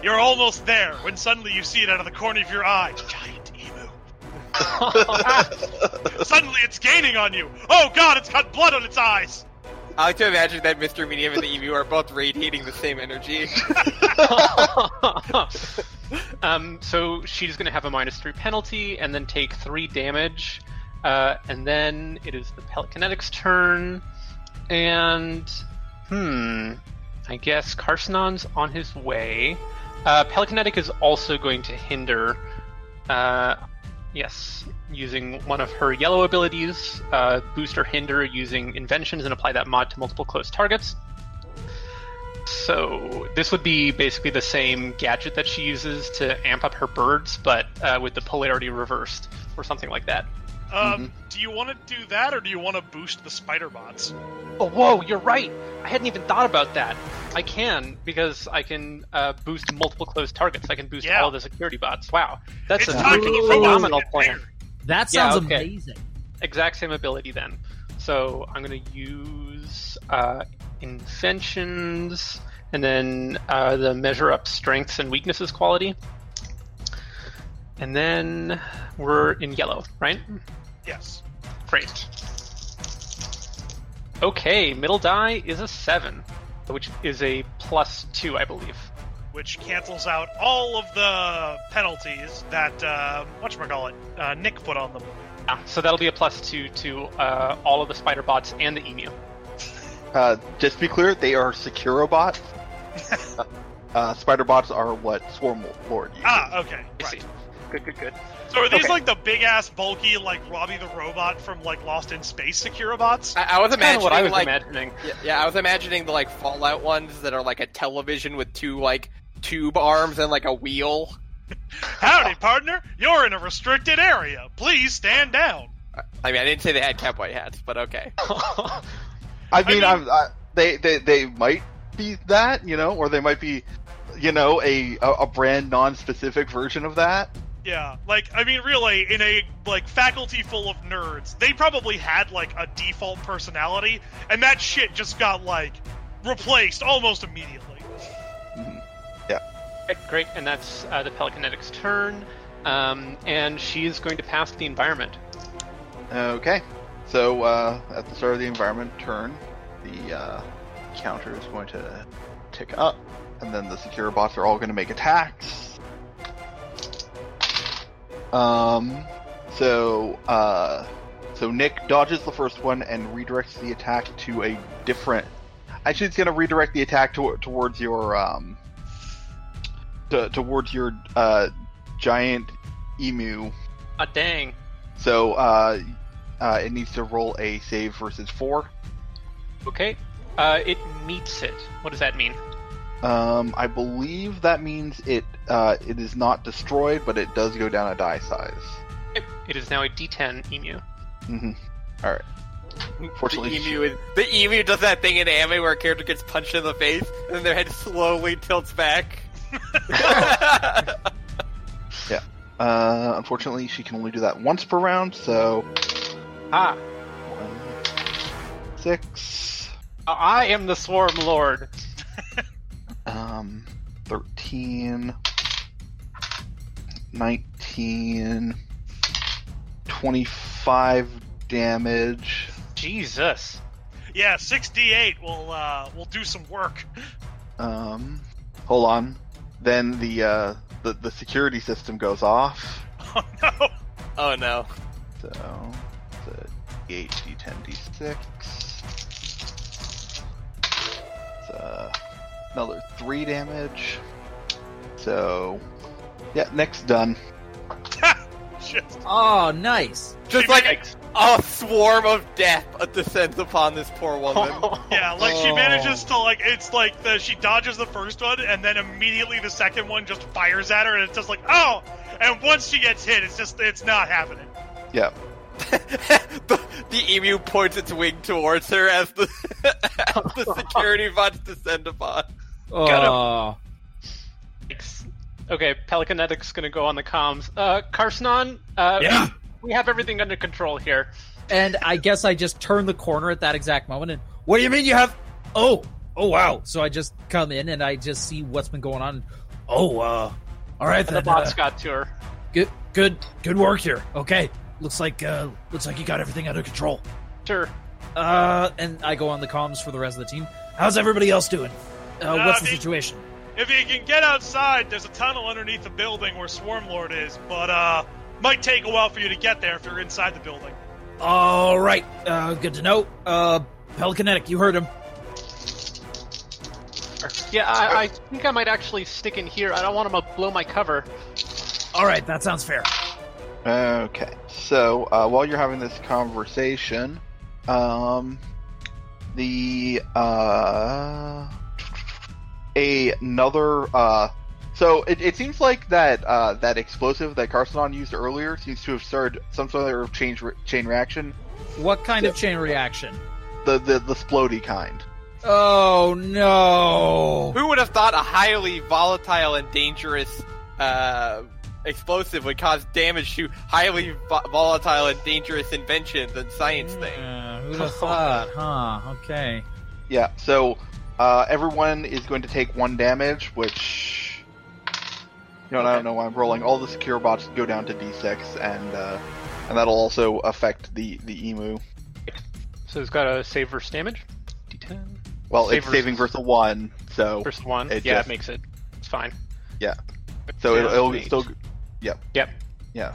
Speaker 2: You're almost there when suddenly you see it out of the corner of your eye. Giant emu. Suddenly it's gaining on you. Oh God! It's got blood on its eyes.
Speaker 3: I like to imagine that Mr. Medium and the Emu are both radiating the same energy.
Speaker 1: um, so she's going to have a minus three penalty and then take three damage. Uh, and then it is the Pelicanetic's turn. And, hmm, I guess Carsonon's on his way. Uh, Pelicanetic is also going to hinder. Uh, yes, using one of her yellow abilities, uh, boost or hinder using inventions and apply that mod to multiple close targets. So this would be basically the same gadget that she uses to amp up her birds, but uh, with the polarity reversed or something like that.
Speaker 2: Um, do you want to do that, or do you want to boost the spider bots?
Speaker 1: Oh, whoa! You're right. I hadn't even thought about that. I can because I can uh, boost multiple close targets. I can boost
Speaker 2: Yeah.
Speaker 1: all the security bots. Wow, that's
Speaker 2: It's
Speaker 1: a
Speaker 2: time for the robots to
Speaker 1: phenomenal
Speaker 2: get
Speaker 1: plan.
Speaker 2: bigger.
Speaker 5: That
Speaker 1: Yeah,
Speaker 5: sounds
Speaker 1: okay.
Speaker 5: amazing.
Speaker 1: exact same ability then. So I'm going to use uh, inventions and then uh, the measure up strengths and weaknesses quality. And then we're in yellow, right?
Speaker 2: Yes.
Speaker 1: Great. Okay, middle die is a seven, which is a plus two, I believe.
Speaker 2: Which cancels out all of the penalties that uh, whatchamacallit, uh, Nick put on them.
Speaker 1: Yeah, so that'll be a plus two to uh, all of the spider bots and the emu.
Speaker 4: Uh, just to be clear, they are Securobots. uh, Spider bots are what Swarm Lord uses.
Speaker 2: Ah, okay.
Speaker 1: I see.
Speaker 2: Right.
Speaker 1: Good, good, good.
Speaker 2: So are these
Speaker 1: Okay.
Speaker 2: like the big ass, bulky, like Robbie the robot from like Lost in Space Securabots?
Speaker 3: I, I
Speaker 1: Kind of
Speaker 3: was imagining
Speaker 1: what I was
Speaker 3: like
Speaker 1: imagining.
Speaker 3: yeah, yeah, I was imagining the like Fallout ones that are like a television with two like tube arms and like a wheel.
Speaker 2: Howdy, partner. You're in a restricted area. Please stand down.
Speaker 3: I mean, I didn't say they had cowboy hats, but okay.
Speaker 4: I mean,
Speaker 2: I
Speaker 4: I
Speaker 2: mean-
Speaker 4: I, they, they they might be that, you know, or they might be, you know, a a, a brand non-specific version of that.
Speaker 2: Yeah, like I mean, really, in a like faculty full of nerds, they probably had like a default personality, and that shit just got like replaced almost immediately.
Speaker 1: Okay, Great, and that's uh, the Pelicanetic's turn, um, and she is going to pass the environment.
Speaker 4: Okay. So uh, at the start of the environment turn, the uh, counter is going to tick up, and then the secure bots are all going to make attacks. Um. So uh, so Nick dodges the first one and redirects the attack to a different. Actually, it's going to redirect the attack to, towards your um. To, towards your uh, giant emu
Speaker 1: Ah, dang.
Speaker 4: so uh, uh, it needs to roll a save versus four.
Speaker 1: Okay, uh, it meets it. What does that mean?
Speaker 4: Um, I believe that means it uh, it is not destroyed, but it does go down a die size.
Speaker 1: It- It is now a D10 emu.
Speaker 4: hmm All right. Fortunately,
Speaker 3: the emu, is, the emu does that thing in anime where a character gets punched in the face and then their head slowly tilts back.
Speaker 4: Uh, unfortunately, she can only do that once per round. So
Speaker 1: Ah,
Speaker 4: one, six,
Speaker 1: I am the Swarm Lord.
Speaker 4: um, thirteen, nineteen, twenty-five damage.
Speaker 1: Jesus.
Speaker 2: Yeah, sixty-eight will uh will do some work.
Speaker 4: Um, hold on. Then the uh, the the security system goes off.
Speaker 2: Oh no!
Speaker 3: oh no.
Speaker 4: So the D8, D10, D6. It's, uh, another three damage. So yeah, next done.
Speaker 2: Shit.
Speaker 5: Oh, nice.
Speaker 3: Just
Speaker 2: She
Speaker 3: like
Speaker 1: Yikes.
Speaker 3: a swarm of death descends upon this poor woman.
Speaker 2: Yeah, like she
Speaker 5: Oh.
Speaker 2: manages to like it's like the she dodges the first one and then immediately the second one just fires at her and it's just like oh and once she gets hit it's just it's not happening.
Speaker 4: Yeah.
Speaker 3: the, the emu points its wing towards her as the, as the security bots descend upon.
Speaker 5: Oh,
Speaker 1: Yikes. Okay, Pelicanetic's gonna go on the comms. Uh, Carsonon, uh,
Speaker 6: Yeah.
Speaker 1: we have everything under control here.
Speaker 5: and I guess I just turned the corner at that exact moment. And what do you mean you have? Oh, oh wow! So I just come in and I just see what's been going on.
Speaker 6: Oh, uh, all right
Speaker 1: And the
Speaker 6: then.
Speaker 1: bots
Speaker 6: uh,
Speaker 1: got to her.
Speaker 6: good, good, good work here. Okay, looks like uh, looks like you got everything under control.
Speaker 1: Sure.
Speaker 5: Uh, and I go on the comms for the rest of the team.
Speaker 6: How's everybody else doing?
Speaker 5: Uh,
Speaker 2: Uh,
Speaker 5: what's the
Speaker 2: it-
Speaker 5: situation?
Speaker 2: If you can get outside, there's a tunnel underneath the building where Swarmlord is, but uh might take a while for you to get there if you're inside the building.
Speaker 6: All right, uh, good to know. Uh, Pelicanetic, you heard him.
Speaker 1: Yeah, I, I think I might actually stick in here. I don't want them to blow my cover.
Speaker 6: All right, that sounds fair.
Speaker 4: Okay. So uh, while you're having this conversation, um, the uh, a- another uh, so it, it seems like that uh, that explosive that Carsonon used earlier seems to have started some sort of chain re- chain reaction,
Speaker 5: What kind of chain reaction?
Speaker 4: the the the splody kind.
Speaker 5: Oh no!
Speaker 3: Who would have thought a highly volatile and dangerous uh, explosive would cause damage to highly vo- volatile and dangerous inventions and science things?
Speaker 5: Uh, who'd have thought? Huh? Okay.
Speaker 4: Yeah. So uh, everyone is going to take one damage, which. You know, and I don't know why I'm rolling. All the secure bots go down to D6, and uh, and that'll also affect the the emu.
Speaker 1: So it's got to save versus damage. D10
Speaker 4: Well,
Speaker 1: Save
Speaker 4: it's
Speaker 1: versus-
Speaker 4: saving versus one, so
Speaker 1: versus one.
Speaker 4: It
Speaker 1: yeah,
Speaker 4: just-
Speaker 1: it makes it. It's fine.
Speaker 4: Yeah. so
Speaker 1: Yeah,
Speaker 4: it'll, it'll
Speaker 1: wait.
Speaker 4: still.
Speaker 1: Yep.
Speaker 4: Yeah.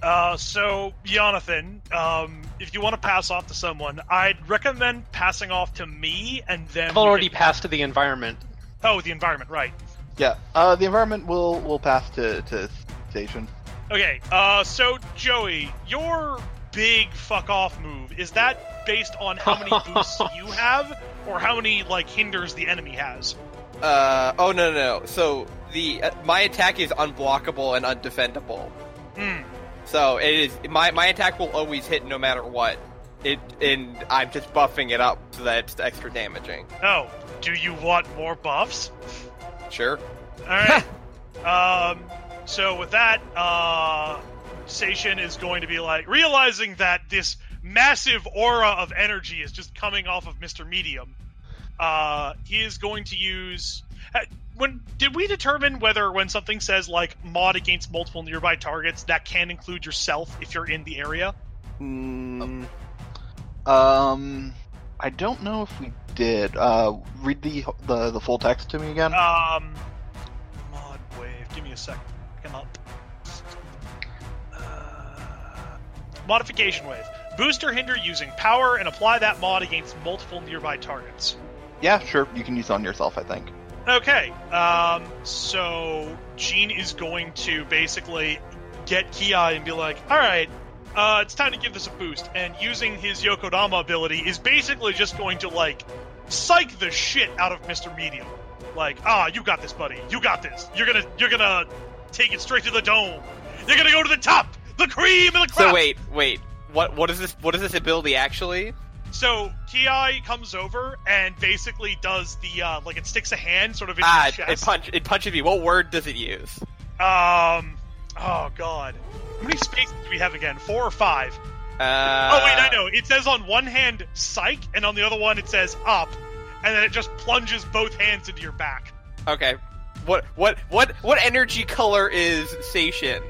Speaker 2: Uh, so, Jonathan, um, if you want to pass off to someone, I'd recommend passing off to me, and then
Speaker 1: I've already passed to the environment.
Speaker 2: oh, the environment, right?
Speaker 4: Yeah. Uh, the environment will will pass to to station.
Speaker 2: Okay, uh, so Joey, your big fuck off move is that based on how many boosts you have, or how many like hinders the enemy has?
Speaker 3: Uh, oh no no. no. So the uh, my attack is unblockable and undefendable.
Speaker 2: Hmm.
Speaker 3: So it is my my attack will always hit no matter what. It and I'm just buffing it up so that it's extra damaging.
Speaker 2: No. oh, Do you want more buffs?
Speaker 3: Sure.
Speaker 2: All right. um, so with that, uh, Station is going to be like realizing that this massive aura of energy is just coming off of Mister Medium. Uh, he is going to use. uh, When did we determine whether when something says like mod against multiple nearby targets that can include yourself if you're in the area?
Speaker 3: Mm,
Speaker 4: Um, I don't know if we did. Uh, read the the, the full text to me again.
Speaker 2: Um, mod wave. Give me a second. Come up. Uh, modification wave. Boost or hinder using power and apply that mod against multiple nearby targets.
Speaker 4: yeah, sure. You can use it on yourself, I think.
Speaker 2: Okay. Um, so Gene is going to basically get Ki and be like, "All right, uh, it's time to give this a boost." And using his Yokodama ability is basically just going to like psych the shit out of Mister Medium. Like, ah, you got this, buddy. You got this. You're gonna, you're gonna take it straight to the dome. You're gonna go to the top, the cream and the crop.
Speaker 3: So wait, wait. What what is this? What is this ability actually?
Speaker 2: So Ki comes over and basically does the uh, like it sticks a hand sort of in
Speaker 3: Ah,
Speaker 2: his
Speaker 3: it,
Speaker 2: chest.
Speaker 3: it punch it punches me. What word does it use?
Speaker 2: Um. Oh God. How many spaces do we have again? Four or five?
Speaker 3: Uh,
Speaker 2: oh wait, I know. It says on one hand "psych" and on the other one it says "up," and then it just plunges both hands into your back.
Speaker 3: Okay. What what what what energy color is Station?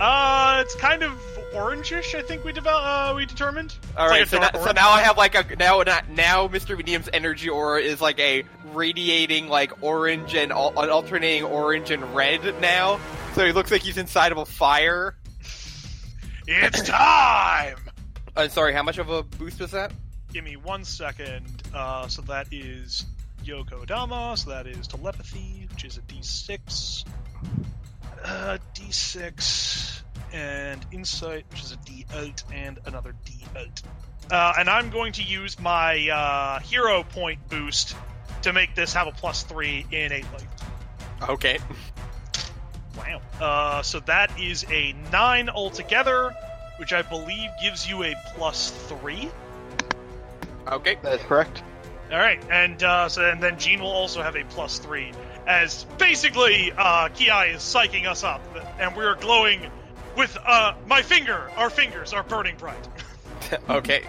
Speaker 2: Uh, it's kind of orangish. I think we develop. Uh, we determined.
Speaker 3: All right,
Speaker 2: like a
Speaker 3: so,
Speaker 2: dark
Speaker 3: now, so
Speaker 2: orange.
Speaker 3: now I have like a now not, now Mr. Medium's energy aura is like a radiating like orange and al- an alternating orange and red now. So he looks like he's inside of a fire.
Speaker 2: It's time.
Speaker 3: I'm Uh, sorry, how much of a boost was that?
Speaker 2: Give me one second. Uh, so that is Yokodama. So that is telepathy, which is a D6. Uh, D6 and insight, which is a D8 and another D8. Uh, and I'm going to use my uh, hero point boost to make this have a plus three in eight light.
Speaker 3: Okay.
Speaker 2: Wow. Uh, so that is a nine altogether, which I believe gives you a plus three.
Speaker 3: Okay.
Speaker 4: That is correct.
Speaker 2: All right, and uh, so and then Gene will also have a plus three, as basically uh, Ki is psyching us up, and we are glowing with uh, my finger. Our fingers are burning bright,
Speaker 3: Okay.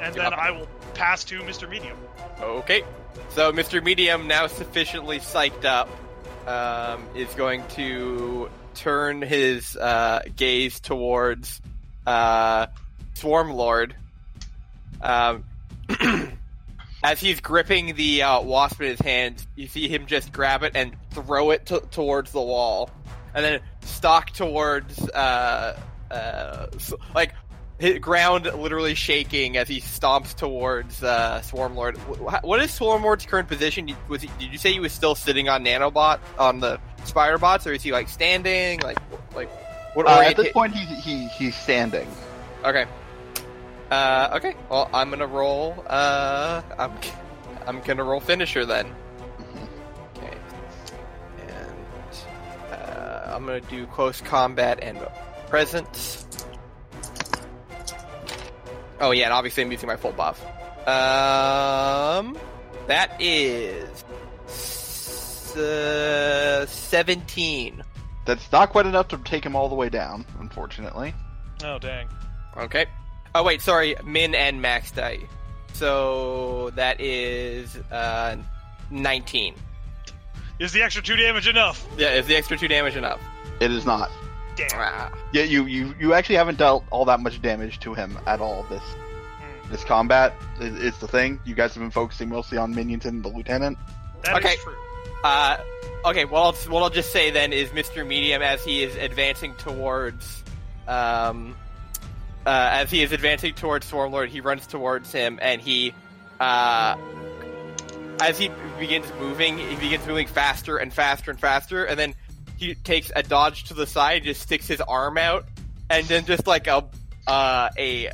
Speaker 2: and then I will pass to Mister Medium.
Speaker 3: Okay. So Mr. Medium, now sufficiently psyched up, um, is going to turn his uh, gaze towards uh, Swarm Lord. Um, as he's gripping the uh, wasp in his hand, you see him just grab it and throw it t- towards the wall, and then stalk towards uh, uh, s- like hit ground literally shaking as he stomps towards uh, Swarmlord. Wh- wh- What is Swarmlord's current position? Did- Was he, did you say he was still sitting on Nanobot on the spider bots, or is he like standing? Like wh- like what
Speaker 4: Uh, at
Speaker 3: orienta-
Speaker 4: this point, he's he, he's standing.
Speaker 3: Okay. Uh, okay. Well, I'm gonna roll. Uh, I'm I'm gonna roll finisher then. Okay. And uh, I'm gonna do close combat and presence. Oh yeah, and obviously I'm using my full buff. Um, that is s- uh, seventeen.
Speaker 4: That's not quite enough to take him all the way down, unfortunately.
Speaker 2: Oh dang!
Speaker 3: Okay. Oh wait, sorry, min and max die. So that is uh, nineteen.
Speaker 2: Is the extra two damage enough?
Speaker 3: Yeah, is the extra two damage enough?
Speaker 4: It is not.
Speaker 2: Damn.
Speaker 3: Ah.
Speaker 4: Yeah, you, you you actually haven't dealt all that much damage to him at all this
Speaker 2: Hmm.
Speaker 4: this combat is, is the thing. You guys have been focusing mostly on minions and the lieutenant.
Speaker 2: That is
Speaker 3: Okay.
Speaker 2: true.
Speaker 3: Uh, okay. Well, I'll, what I'll just say then is Mr. Medium, as he is advancing towards, um, uh, as he is advancing towards Swarmlord, he runs towards him, and he, uh, as he begins moving, he begins moving faster and faster and faster, and then he takes a dodge to the side, just sticks his arm out, and then just like a uh, a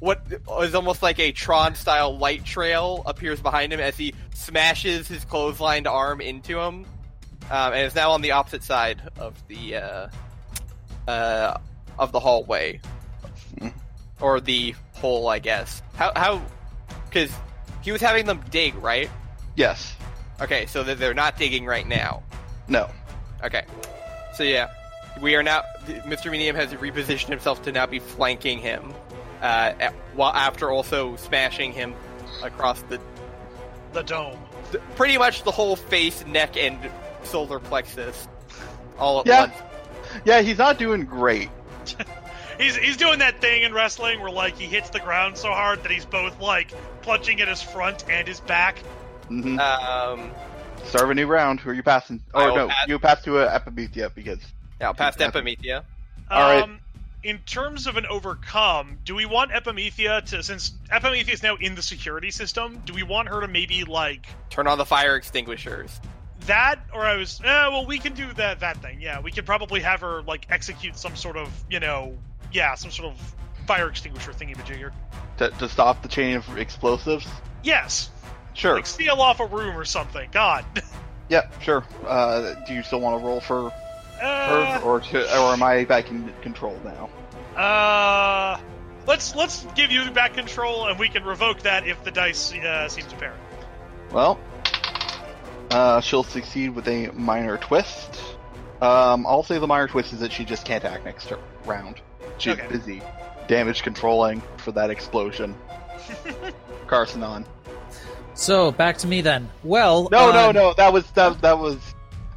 Speaker 3: what is almost like a Tron style light trail appears behind him as he smashes his clotheslined arm into him, um, and is now on the opposite side of the uh, uh, of the hallway or the hole, I guess. How how because he was having them dig, right?
Speaker 4: Yes.
Speaker 3: Okay, so they're- they're not digging right now.
Speaker 4: No.
Speaker 3: Okay. So yeah, we are now. Mr. Medium has repositioned himself to now be flanking him, uh, at, while after also smashing him across the,
Speaker 2: The dome.
Speaker 3: the pretty much the whole face, neck, and solar plexus all at
Speaker 4: Yeah.
Speaker 3: once.
Speaker 4: Yeah, he's not doing great.
Speaker 2: He's he's doing that thing in wrestling where like he hits the ground so hard that he's both like punching at his front and his back.
Speaker 4: hmm
Speaker 3: Um,
Speaker 4: Start of a new round. Who are you passing?
Speaker 3: I
Speaker 4: Oh
Speaker 3: will
Speaker 4: no,
Speaker 3: pass-
Speaker 4: you pass to uh, Epimethea because
Speaker 3: now past Epimethea.
Speaker 4: All right.
Speaker 2: Um, in terms of an overcome, do we want Epimethea to since Epimethea is now in the security system? Do we want her to maybe like
Speaker 3: Turn on the fire extinguishers.
Speaker 2: that or I was eh, well we can do that that thing. Yeah, we could probably have her like execute some sort of, you know, yeah, some sort of fire extinguisher thingy majigger.
Speaker 4: to, to stop the chain of explosives.
Speaker 2: Yes.
Speaker 4: Sure.
Speaker 2: Like seal off a room or something. God.
Speaker 4: Yep. Sure. Uh, do you still want to roll for
Speaker 2: Uh,
Speaker 4: her, or to, or am I back in control now?
Speaker 2: Uh, let's let's give you back control, and we can revoke that if the dice uh, seems to pair.
Speaker 4: Well, uh, she'll succeed with a minor twist. Um, I'll say the minor twist is that she just can't act next tur- round. She's
Speaker 2: Okay.
Speaker 4: busy damage controlling for that explosion. Carson on.
Speaker 5: So back to me then. Well,
Speaker 4: No,
Speaker 6: uh,
Speaker 4: no,
Speaker 5: um,
Speaker 4: no. That was that that was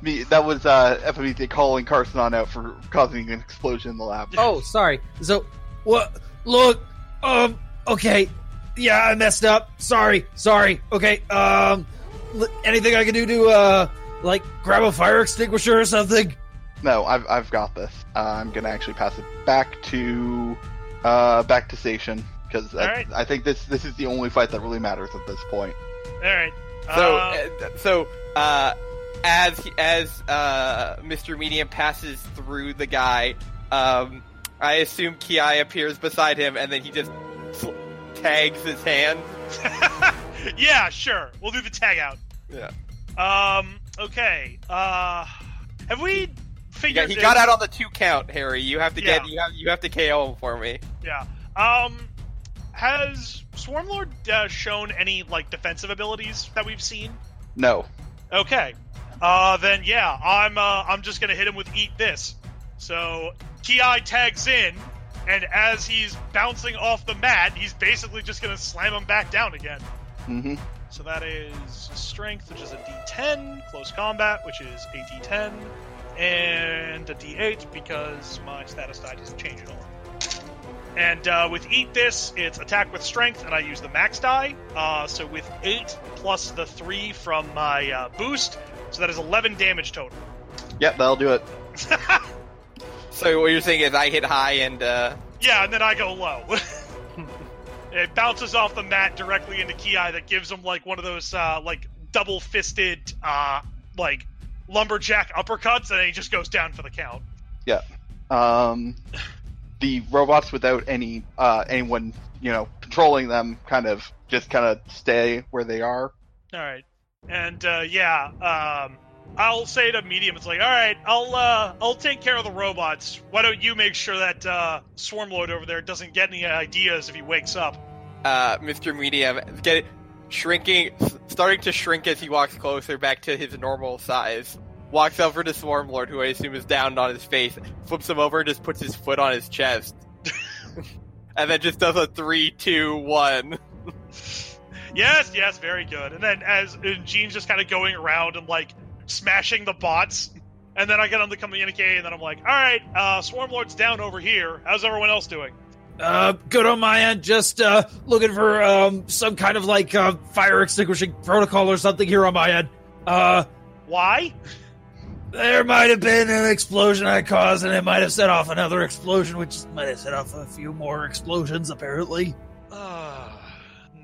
Speaker 4: me. That was uh, FMET calling Carson on out for causing an explosion in the lab.
Speaker 5: Oh, sorry. So
Speaker 6: What? Look, um, okay, yeah, I messed up. Sorry, sorry. Okay, um, l- anything I can do to uh, like grab a fire extinguisher or something?
Speaker 4: No, I've I've got this. Uh, I'm gonna actually pass it back to uh, back to station because I,
Speaker 2: Alright.
Speaker 4: I think this this is the only fight that really matters at this point.
Speaker 2: All right.
Speaker 3: So
Speaker 2: uh,
Speaker 3: uh, so uh, as he- as uh, Mr. Medium passes through the guy, um, I assume Ki appears beside him, and then he just sl- tags his hand.
Speaker 2: yeah, sure. We'll do the tag out.
Speaker 3: Yeah.
Speaker 2: Um. Okay. Uh, have we
Speaker 3: Yeah,
Speaker 2: figured?
Speaker 3: he got out on the two count, Harry. You have to get
Speaker 2: Yeah.
Speaker 3: you have you have to KO him for me.
Speaker 2: Yeah. Um. Has Swarmlord uh, shown any like defensive abilities that we've seen?
Speaker 4: No,
Speaker 2: Okay. Uh, then yeah, I'm uh, I'm just gonna hit him with eat this. So Ki tags in, and as he's bouncing off the mat, he's basically just gonna slam him back down again.
Speaker 4: mm-hmm.
Speaker 2: So that is strength, which is a D10, close combat, which is a D10, and a D8 because my status die doesn't change at all. And uh, with eat this, it's attack with strength, and I use the max die. Uh, so with eight plus the three from my uh, boost, so that is 11 damage total.
Speaker 4: Yep, that'll do it.
Speaker 3: So what you're saying is I hit high and uh,
Speaker 2: yeah, and then I go low. it bounces off the mat directly into Ki that gives him like one of those uh, like double-fisted uh, like lumberjack uppercuts, and he just goes down for the count.
Speaker 4: Um, the robots without any uh, anyone you know controlling them kind of just kind of stay where they are.
Speaker 2: All right. And uh, yeah, um, I'll say to medium, it's like, all right, I'll uh, I'll take care of the robots. Why don't you make sure that uh, Swarmlord over there doesn't get any ideas if he wakes up?
Speaker 3: uh, Mr. Medium get shrinking, starting to shrink as he walks closer back to his normal size. Walks over to Swarmlord, who I assume is down on his face, flips him over, and just puts his foot on his chest, and then just does a three, two, one.
Speaker 2: Yes, yes, very good. And then as and Gene's just kind of going around and like smashing the bots, and then I get on the communique, and then I'm like, all right, uh, Swarmlord's down over here. How's everyone else doing?
Speaker 6: Uh, good on my end. Just uh, looking for um some kind of like uh, fire extinguishing protocol or something here on my end. Uh,
Speaker 2: Why?
Speaker 6: there might have been an explosion I caused, and it might have set off another explosion, which might have set off a few more explosions. Apparently,
Speaker 2: Ah,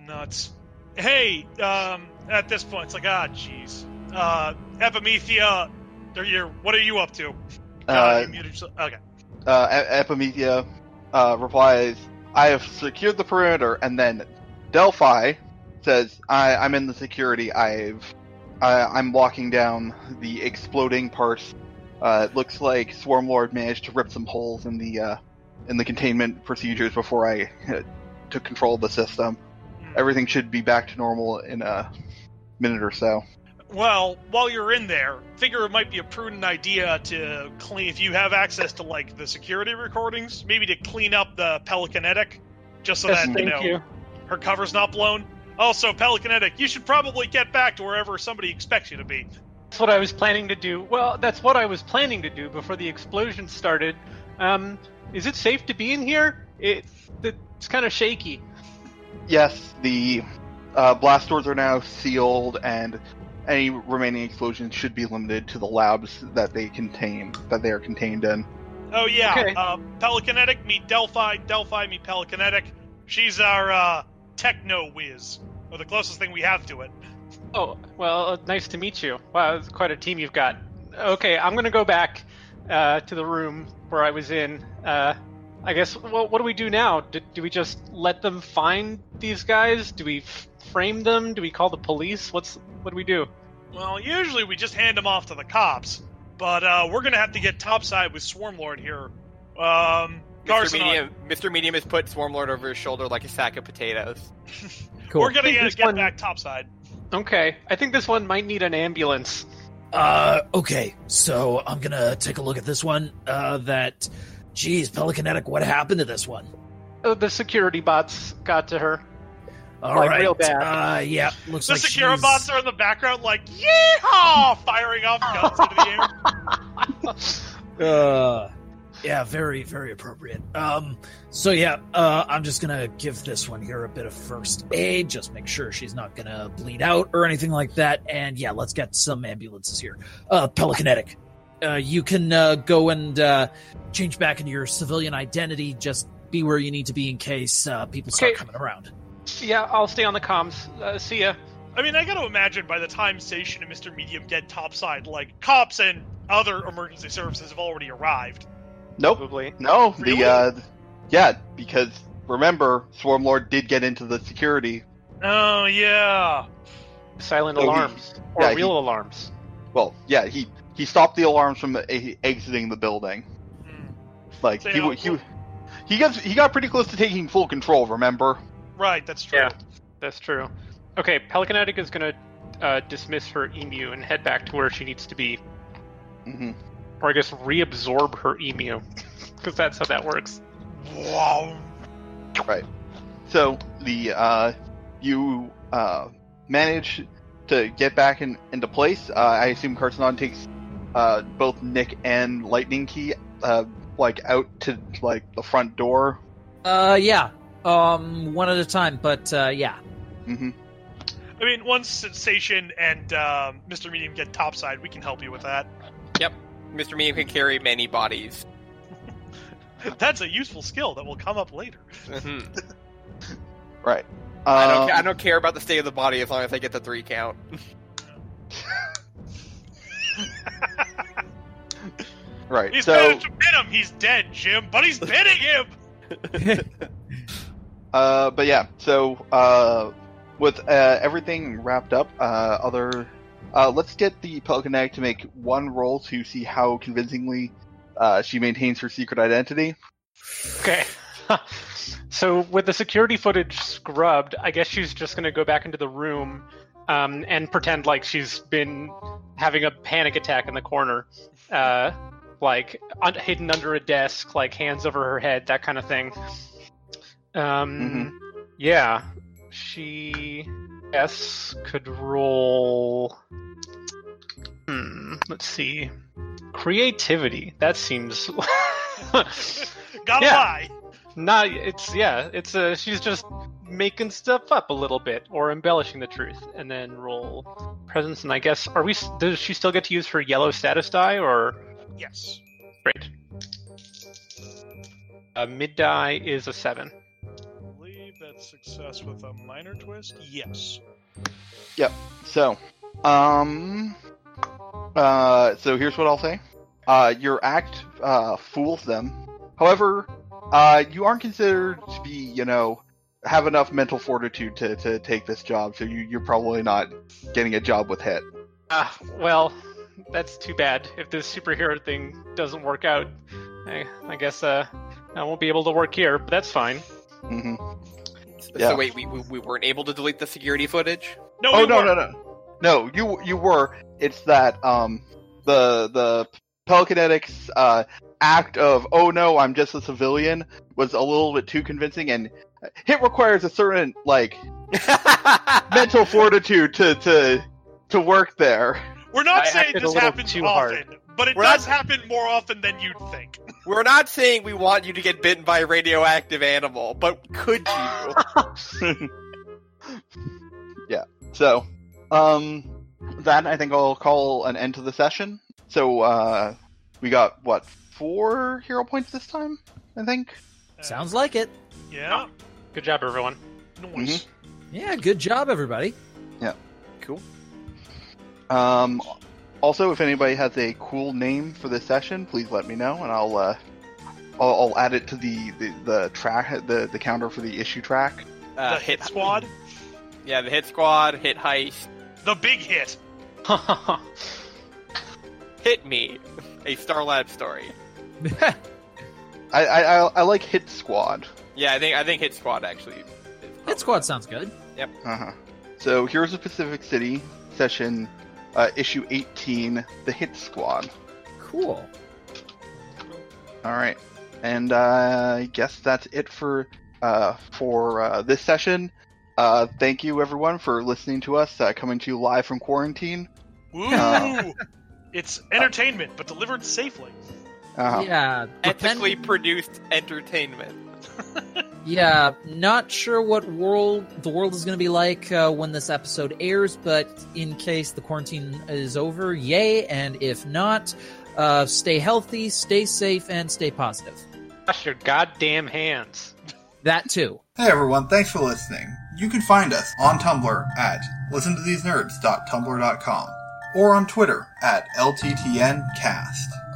Speaker 2: nuts. Hey, um, at this point, it's like, ah, jeez. Uh, Epimethea They're your. What are you up to?
Speaker 4: Uh,
Speaker 2: you muted yourself- okay.
Speaker 4: uh, A- Epimetheus uh, replies, "I have secured the perimeter," and then Delphi says, I, "I'm in the security. I've I, I'm locking down the exploding parts. Uh, it looks like Swarm Lord managed to rip some holes in the uh, in the containment procedures before I uh, took control of the system. Everything should be back to normal in a minute or so."
Speaker 2: Well, while you're in there, figure it might be a prudent idea to clean if you have access to like the security recordings, maybe to clean up the Pelicanetic, just so
Speaker 1: Yes,
Speaker 2: that you
Speaker 1: thank
Speaker 2: know
Speaker 1: you.
Speaker 2: her cover's not blown. Also, Pelicanetic, you should probably get back to wherever somebody expects you to be.
Speaker 1: That's what I was planning to do. Well, that's what I was planning to do before the explosion started. Um, is it safe to be in here? It's it's kind of shaky.
Speaker 4: Yes, the uh, blast doors are now sealed, and any remaining explosions should be limited to the labs that they contain, that they are contained in.
Speaker 2: Oh yeah,
Speaker 1: Okay.
Speaker 2: uh, Pelicanetic meet Delphi. Delphi meet Pelicanetic. She's our uh, techno whiz, or the closest thing we have to it.
Speaker 1: Oh, well, uh, nice to meet you. Wow, it's quite a team you've got. Okay, I'm gonna go back uh, to the room where I was in. Uh, I guess. Well, what do we do now? Do, do we just let them find these guys? Do we f- frame them? Do we call the police? What's what do we do?
Speaker 2: Well, usually we just hand them off to the cops, but uh, we're gonna have to get topside with Swarmlord here. Um,
Speaker 3: Mr.
Speaker 2: Garson,
Speaker 3: Medium, Mr. Medium has put Swarmlord over his shoulder like a sack of potatoes.
Speaker 5: Cool.
Speaker 2: we're gonna
Speaker 1: I think
Speaker 2: get,
Speaker 1: this
Speaker 2: get
Speaker 1: one-
Speaker 2: back topside.
Speaker 1: Okay, I think this one might need an ambulance.
Speaker 6: Uh, okay, so I'm gonna take a look at this one. Uh, that, geez, Pelicanetic, what happened to this one?
Speaker 1: Uh, the security bots got to her.
Speaker 6: All right,
Speaker 1: Like, real bad.
Speaker 6: Uh, yeah, looks
Speaker 2: The
Speaker 6: like
Speaker 2: secure
Speaker 6: she's-
Speaker 2: bots are in the background, like yeehaw, firing off guns into the air.
Speaker 6: Uh, yeah, very, very appropriate. Um, so yeah, uh, I'm just gonna give this one here a bit of first aid, just make sure she's not gonna bleed out or anything like that. And yeah, let's get some ambulances here. Uh, Pelicanetic, uh, you can uh, go and uh, change back into your civilian identity. Just be where you need to be in case uh, people start
Speaker 1: Okay.
Speaker 6: coming around.
Speaker 1: Yeah, I'll stay on the comms. Uh, see ya.
Speaker 2: I mean, I gotta imagine by the time Station and Mr. Medium get topside, like cops and other emergency services have already arrived.
Speaker 4: Nope.
Speaker 1: Probably.
Speaker 4: No,
Speaker 2: Really?
Speaker 4: the, uh, yeah, because remember, Swarmlord did get into the security.
Speaker 2: Oh yeah.
Speaker 1: Silent
Speaker 4: Oh, he-
Speaker 1: alarms or
Speaker 4: yeah, he-
Speaker 1: real alarms.
Speaker 4: Well, yeah, he, he stopped the alarms from e exiting the building.
Speaker 2: Hmm.
Speaker 4: Like,
Speaker 2: So,
Speaker 4: he,
Speaker 2: yeah,
Speaker 4: wa- he, he, got, he got pretty close to taking full control, remember?
Speaker 2: Right, that's true.
Speaker 1: Yeah. That's true. Okay, Pelicanetic is gonna uh, dismiss her emu and head back to where she needs to be,
Speaker 4: Mm-hmm.
Speaker 1: or I guess reabsorb her emu, because that's how that works.
Speaker 2: Wow.
Speaker 4: So the uh, you uh, manage to get back in, into place. Uh, I assume Cartonon takes uh, both Nick and Lightning Key uh, like out to like the front door.
Speaker 5: Uh, yeah. Um, one at a time, but uh, yeah.
Speaker 4: hmm
Speaker 2: I mean, once Sensation and um, Mr. Medium get topside, we can help you with that.
Speaker 3: Mr. Medium can carry many bodies.
Speaker 2: That's a useful skill that will come up later.
Speaker 3: Mhm.
Speaker 4: Right. Um,
Speaker 3: I, don't, ca- I don't care about the state of the body as long as I get the three count.
Speaker 4: right.
Speaker 2: He's
Speaker 4: so
Speaker 2: managed to pin him. He's dead, Jim, but he's pinning him.
Speaker 4: Uh, but yeah, so uh, with uh, everything wrapped up, uh, other uh, let's get the Pelicanetic to make one roll to see how convincingly uh, she maintains her secret identity.
Speaker 1: Okay. so with the security footage scrubbed, I guess she's just gonna go back into the room um, and pretend like she's been having a panic attack in the corner, uh, like un- hidden under a desk, like hands over her head, that kind of thing. Um, yeah, she S could roll. Hmm, let's see. Creativity. That seems.
Speaker 2: Gotta
Speaker 1: Yeah.
Speaker 2: lie.
Speaker 1: Not it's yeah, it's uh she's just making stuff up a little bit or embellishing the truth and then roll presence and I guess are we s- does she still get to use her yellow status die or
Speaker 2: Yes.
Speaker 1: great. Uh, mid die is a 7.
Speaker 2: I believe that's success with a minor twist. Yes.
Speaker 4: So, um, Uh, so here's what I'll say. Uh, your act uh, fools them. However, uh, you aren't considered to be, you know, have enough mental fortitude to, to take this job, so you, you're probably not getting a job with Hit.
Speaker 1: Ah, well, that's too bad. If this superhero thing doesn't work out, I, I guess uh, I won't be able to work here. But that's fine.
Speaker 4: hmm Yeah.
Speaker 3: So wait, we, we, we weren't able to delete the security footage?
Speaker 2: No,
Speaker 4: Oh
Speaker 2: we
Speaker 4: no
Speaker 2: weren't.
Speaker 4: no no no! You you were. It's that um the the telekinetics uh act of oh no I'm just a civilian was a little bit too convincing and Hit requires a certain like mental fortitude to to to work there.
Speaker 2: We're not
Speaker 1: I
Speaker 2: saying
Speaker 1: acted a
Speaker 2: this
Speaker 1: little
Speaker 2: happens
Speaker 1: too
Speaker 2: often,
Speaker 1: hard.
Speaker 2: but it
Speaker 3: We're
Speaker 2: does happen more often than you'd think.
Speaker 3: We're not saying we want you to get bitten by a radioactive animal, but could you? uh,
Speaker 4: So, um, that I think I'll call an end to the session. So, uh, we got what four hero points this time? I think.
Speaker 5: Sounds like it.
Speaker 2: Yeah.
Speaker 1: Good job, everyone.
Speaker 2: Noise.
Speaker 5: Yeah, good job, everybody.
Speaker 4: Um, also, if anybody has a cool name for this session, please let me know, and I'll uh, I'll, I'll add it to the the, the track the, the counter for the issue track.
Speaker 3: Uh,
Speaker 2: the hit squad.
Speaker 3: Yeah, the hit squad, hit heist,
Speaker 2: The big hit.
Speaker 3: hit me. A Star Lab story.
Speaker 4: I I, I, I like Hit Squad.
Speaker 3: Yeah, I think I think hit squad actually. is probably-
Speaker 5: Hit squad sounds good.
Speaker 4: Uh-huh. So here's a Pacific City session, uh, issue 18, the Hit Squad.
Speaker 5: Cool.
Speaker 4: All right, and uh, I guess that's it for uh, for uh, this session. Uh, thank you everyone for listening to us uh, coming to you live from quarantine.
Speaker 2: Woo!
Speaker 4: Uh.
Speaker 2: it's entertainment, but delivered safely.
Speaker 4: Uh,
Speaker 5: Yeah.
Speaker 3: Ethically
Speaker 5: depend-
Speaker 3: produced entertainment.
Speaker 5: Yeah, not sure what world the world is going to be like uh, when this episode airs, but in case the quarantine is over, yay! And if not, uh, stay healthy, stay safe, and stay positive.
Speaker 1: Wash your goddamn hands.
Speaker 5: That too.
Speaker 7: Hey everyone, thanks for listening. You can find us on Tumblr at listentothesenerds.tumblr.com or on Twitter at LTTNcast.